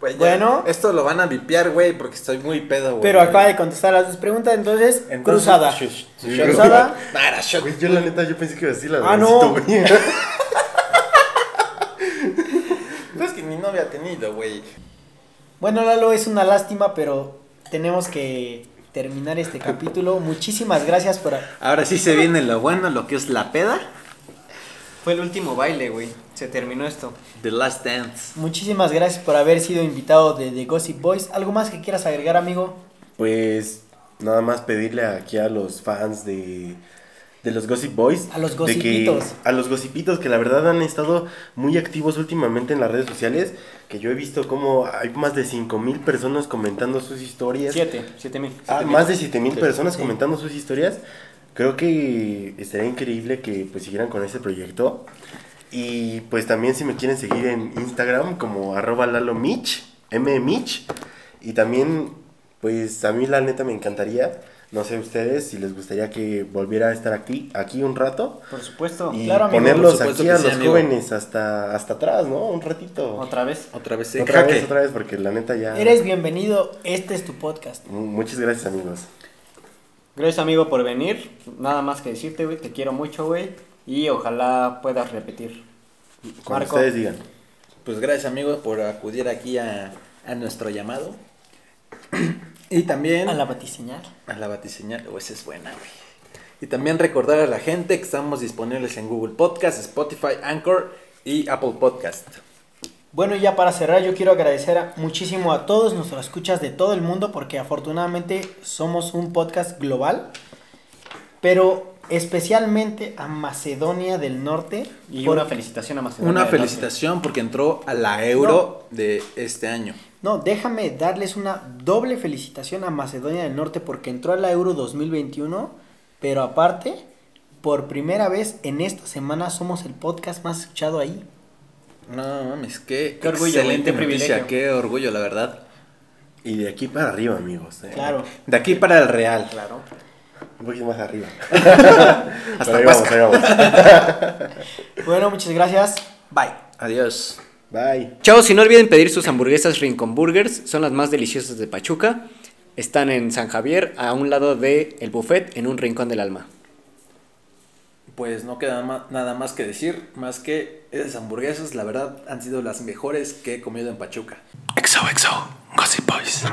S3: Pues ya,
S2: Bueno.
S3: Esto lo van a vipear, güey, porque estoy muy pedo, güey.
S2: Pero acaba de contestar las dos preguntas, entonces,
S5: Entonces,
S2: cruzada.
S5: shush, shush.
S2: Cruzada.
S3: Ah, era shot.
S5: Güey, yo la neta, yo pensé que iba a decir la de
S2: Ah,
S5: Diosito,
S2: no.
S5: güey.
S3: Es que mi novia ha tenido, güey.
S2: Bueno, Lalo, es una lástima, pero tenemos que terminar este capítulo. Muchísimas gracias por...
S3: Ahora sí se viene lo bueno, lo que es la peda.
S4: Fue el último baile, güey. Se terminó esto.
S3: The Last Dance.
S2: Muchísimas gracias por haber sido invitado de The Gossip Boys. ¿Algo más que quieras agregar, amigo?
S5: Pues nada más pedirle aquí a los fans de, de los Gossip Boys.
S2: A los
S5: de que-
S2: gossipitos.
S5: a los gossipitos que la verdad han estado muy activos últimamente en las redes sociales. Que yo he visto como hay más de 5 mil personas comentando sus historias.
S4: Siete, siete mil.
S5: Ah,
S4: siete mil.
S5: más de 7 mil
S4: Sí.
S5: personas comentando sus historias. Creo que estaría increíble que pues siguieran con este proyecto. Y pues también si me quieren seguir en Instagram como arroba lalomich, mmich. E Y también pues a mí la neta me encantaría, no sé ustedes, si les gustaría que volviera a estar aquí, aquí un rato.
S4: Por supuesto.
S5: Y
S2: claro, amigo, por
S5: ponerlos
S3: supuesto
S5: aquí
S3: que
S5: a
S3: sí,
S5: los
S3: amigo.
S5: jóvenes hasta, hasta atrás, ¿no? Un ratito.
S4: Otra vez.
S3: Otra vez en
S5: Otra vez,
S3: jaque.
S5: otra vez, porque la neta ya...
S2: Eres bienvenido, este es tu podcast.
S5: M- Muchas gracias amigos.
S4: Gracias, amigo, por venir. Nada más que decirte, güey. Te quiero mucho, güey. Y ojalá puedas repetir.
S5: Cuando
S4: Marco.
S5: ustedes digan.
S3: Pues gracias amigos por acudir aquí a, a nuestro llamado. Y también
S2: A la batiseñal.
S3: a la batiseñal, oh, esa es buena, güey. Y también recordar a la gente que estamos disponibles en Google Podcast, Spotify, Anchor y Apple Podcast.
S2: Bueno, y ya para cerrar, yo quiero agradecer a- muchísimo a todos nuestros escuchas de todo el mundo porque afortunadamente somos un podcast global, pero especialmente a Macedonia del Norte.
S4: Y
S2: por-
S4: una felicitación a Macedonia.
S3: Una
S4: del Norte.
S3: felicitación porque entró a la Euro de este año.
S2: No, déjame darles una doble felicitación a Macedonia del Norte porque entró a la Euro 2021, pero aparte, por primera vez en esta semana somos el podcast más escuchado ahí.
S3: No mames, qué,
S4: Qué orgullo,
S3: excelente
S4: güey, qué
S3: noticia,
S4: privilegio.
S3: qué orgullo, la verdad.
S5: Y de aquí para arriba, amigos. ¿eh?
S2: Claro.
S3: De aquí para el Real.
S4: Claro.
S5: Un poquito más arriba.
S3: Hasta
S5: Pero ahí vamos,
S3: Huasca.
S5: ahí vamos.
S2: Bueno, muchas gracias.
S3: Bye. Adiós.
S5: Bye.
S4: Chavos, si no olviden pedir sus hamburguesas Rincon Burgers, son las más deliciosas de Pachuca. Están en San Javier, a un lado de El Buffet, en un rincón del alma.
S3: Pues no queda ma- nada más que decir, más que esas hamburguesas, la verdad, han sido las mejores que he comido en Pachuca.
S6: XOXO, Gossip Boys.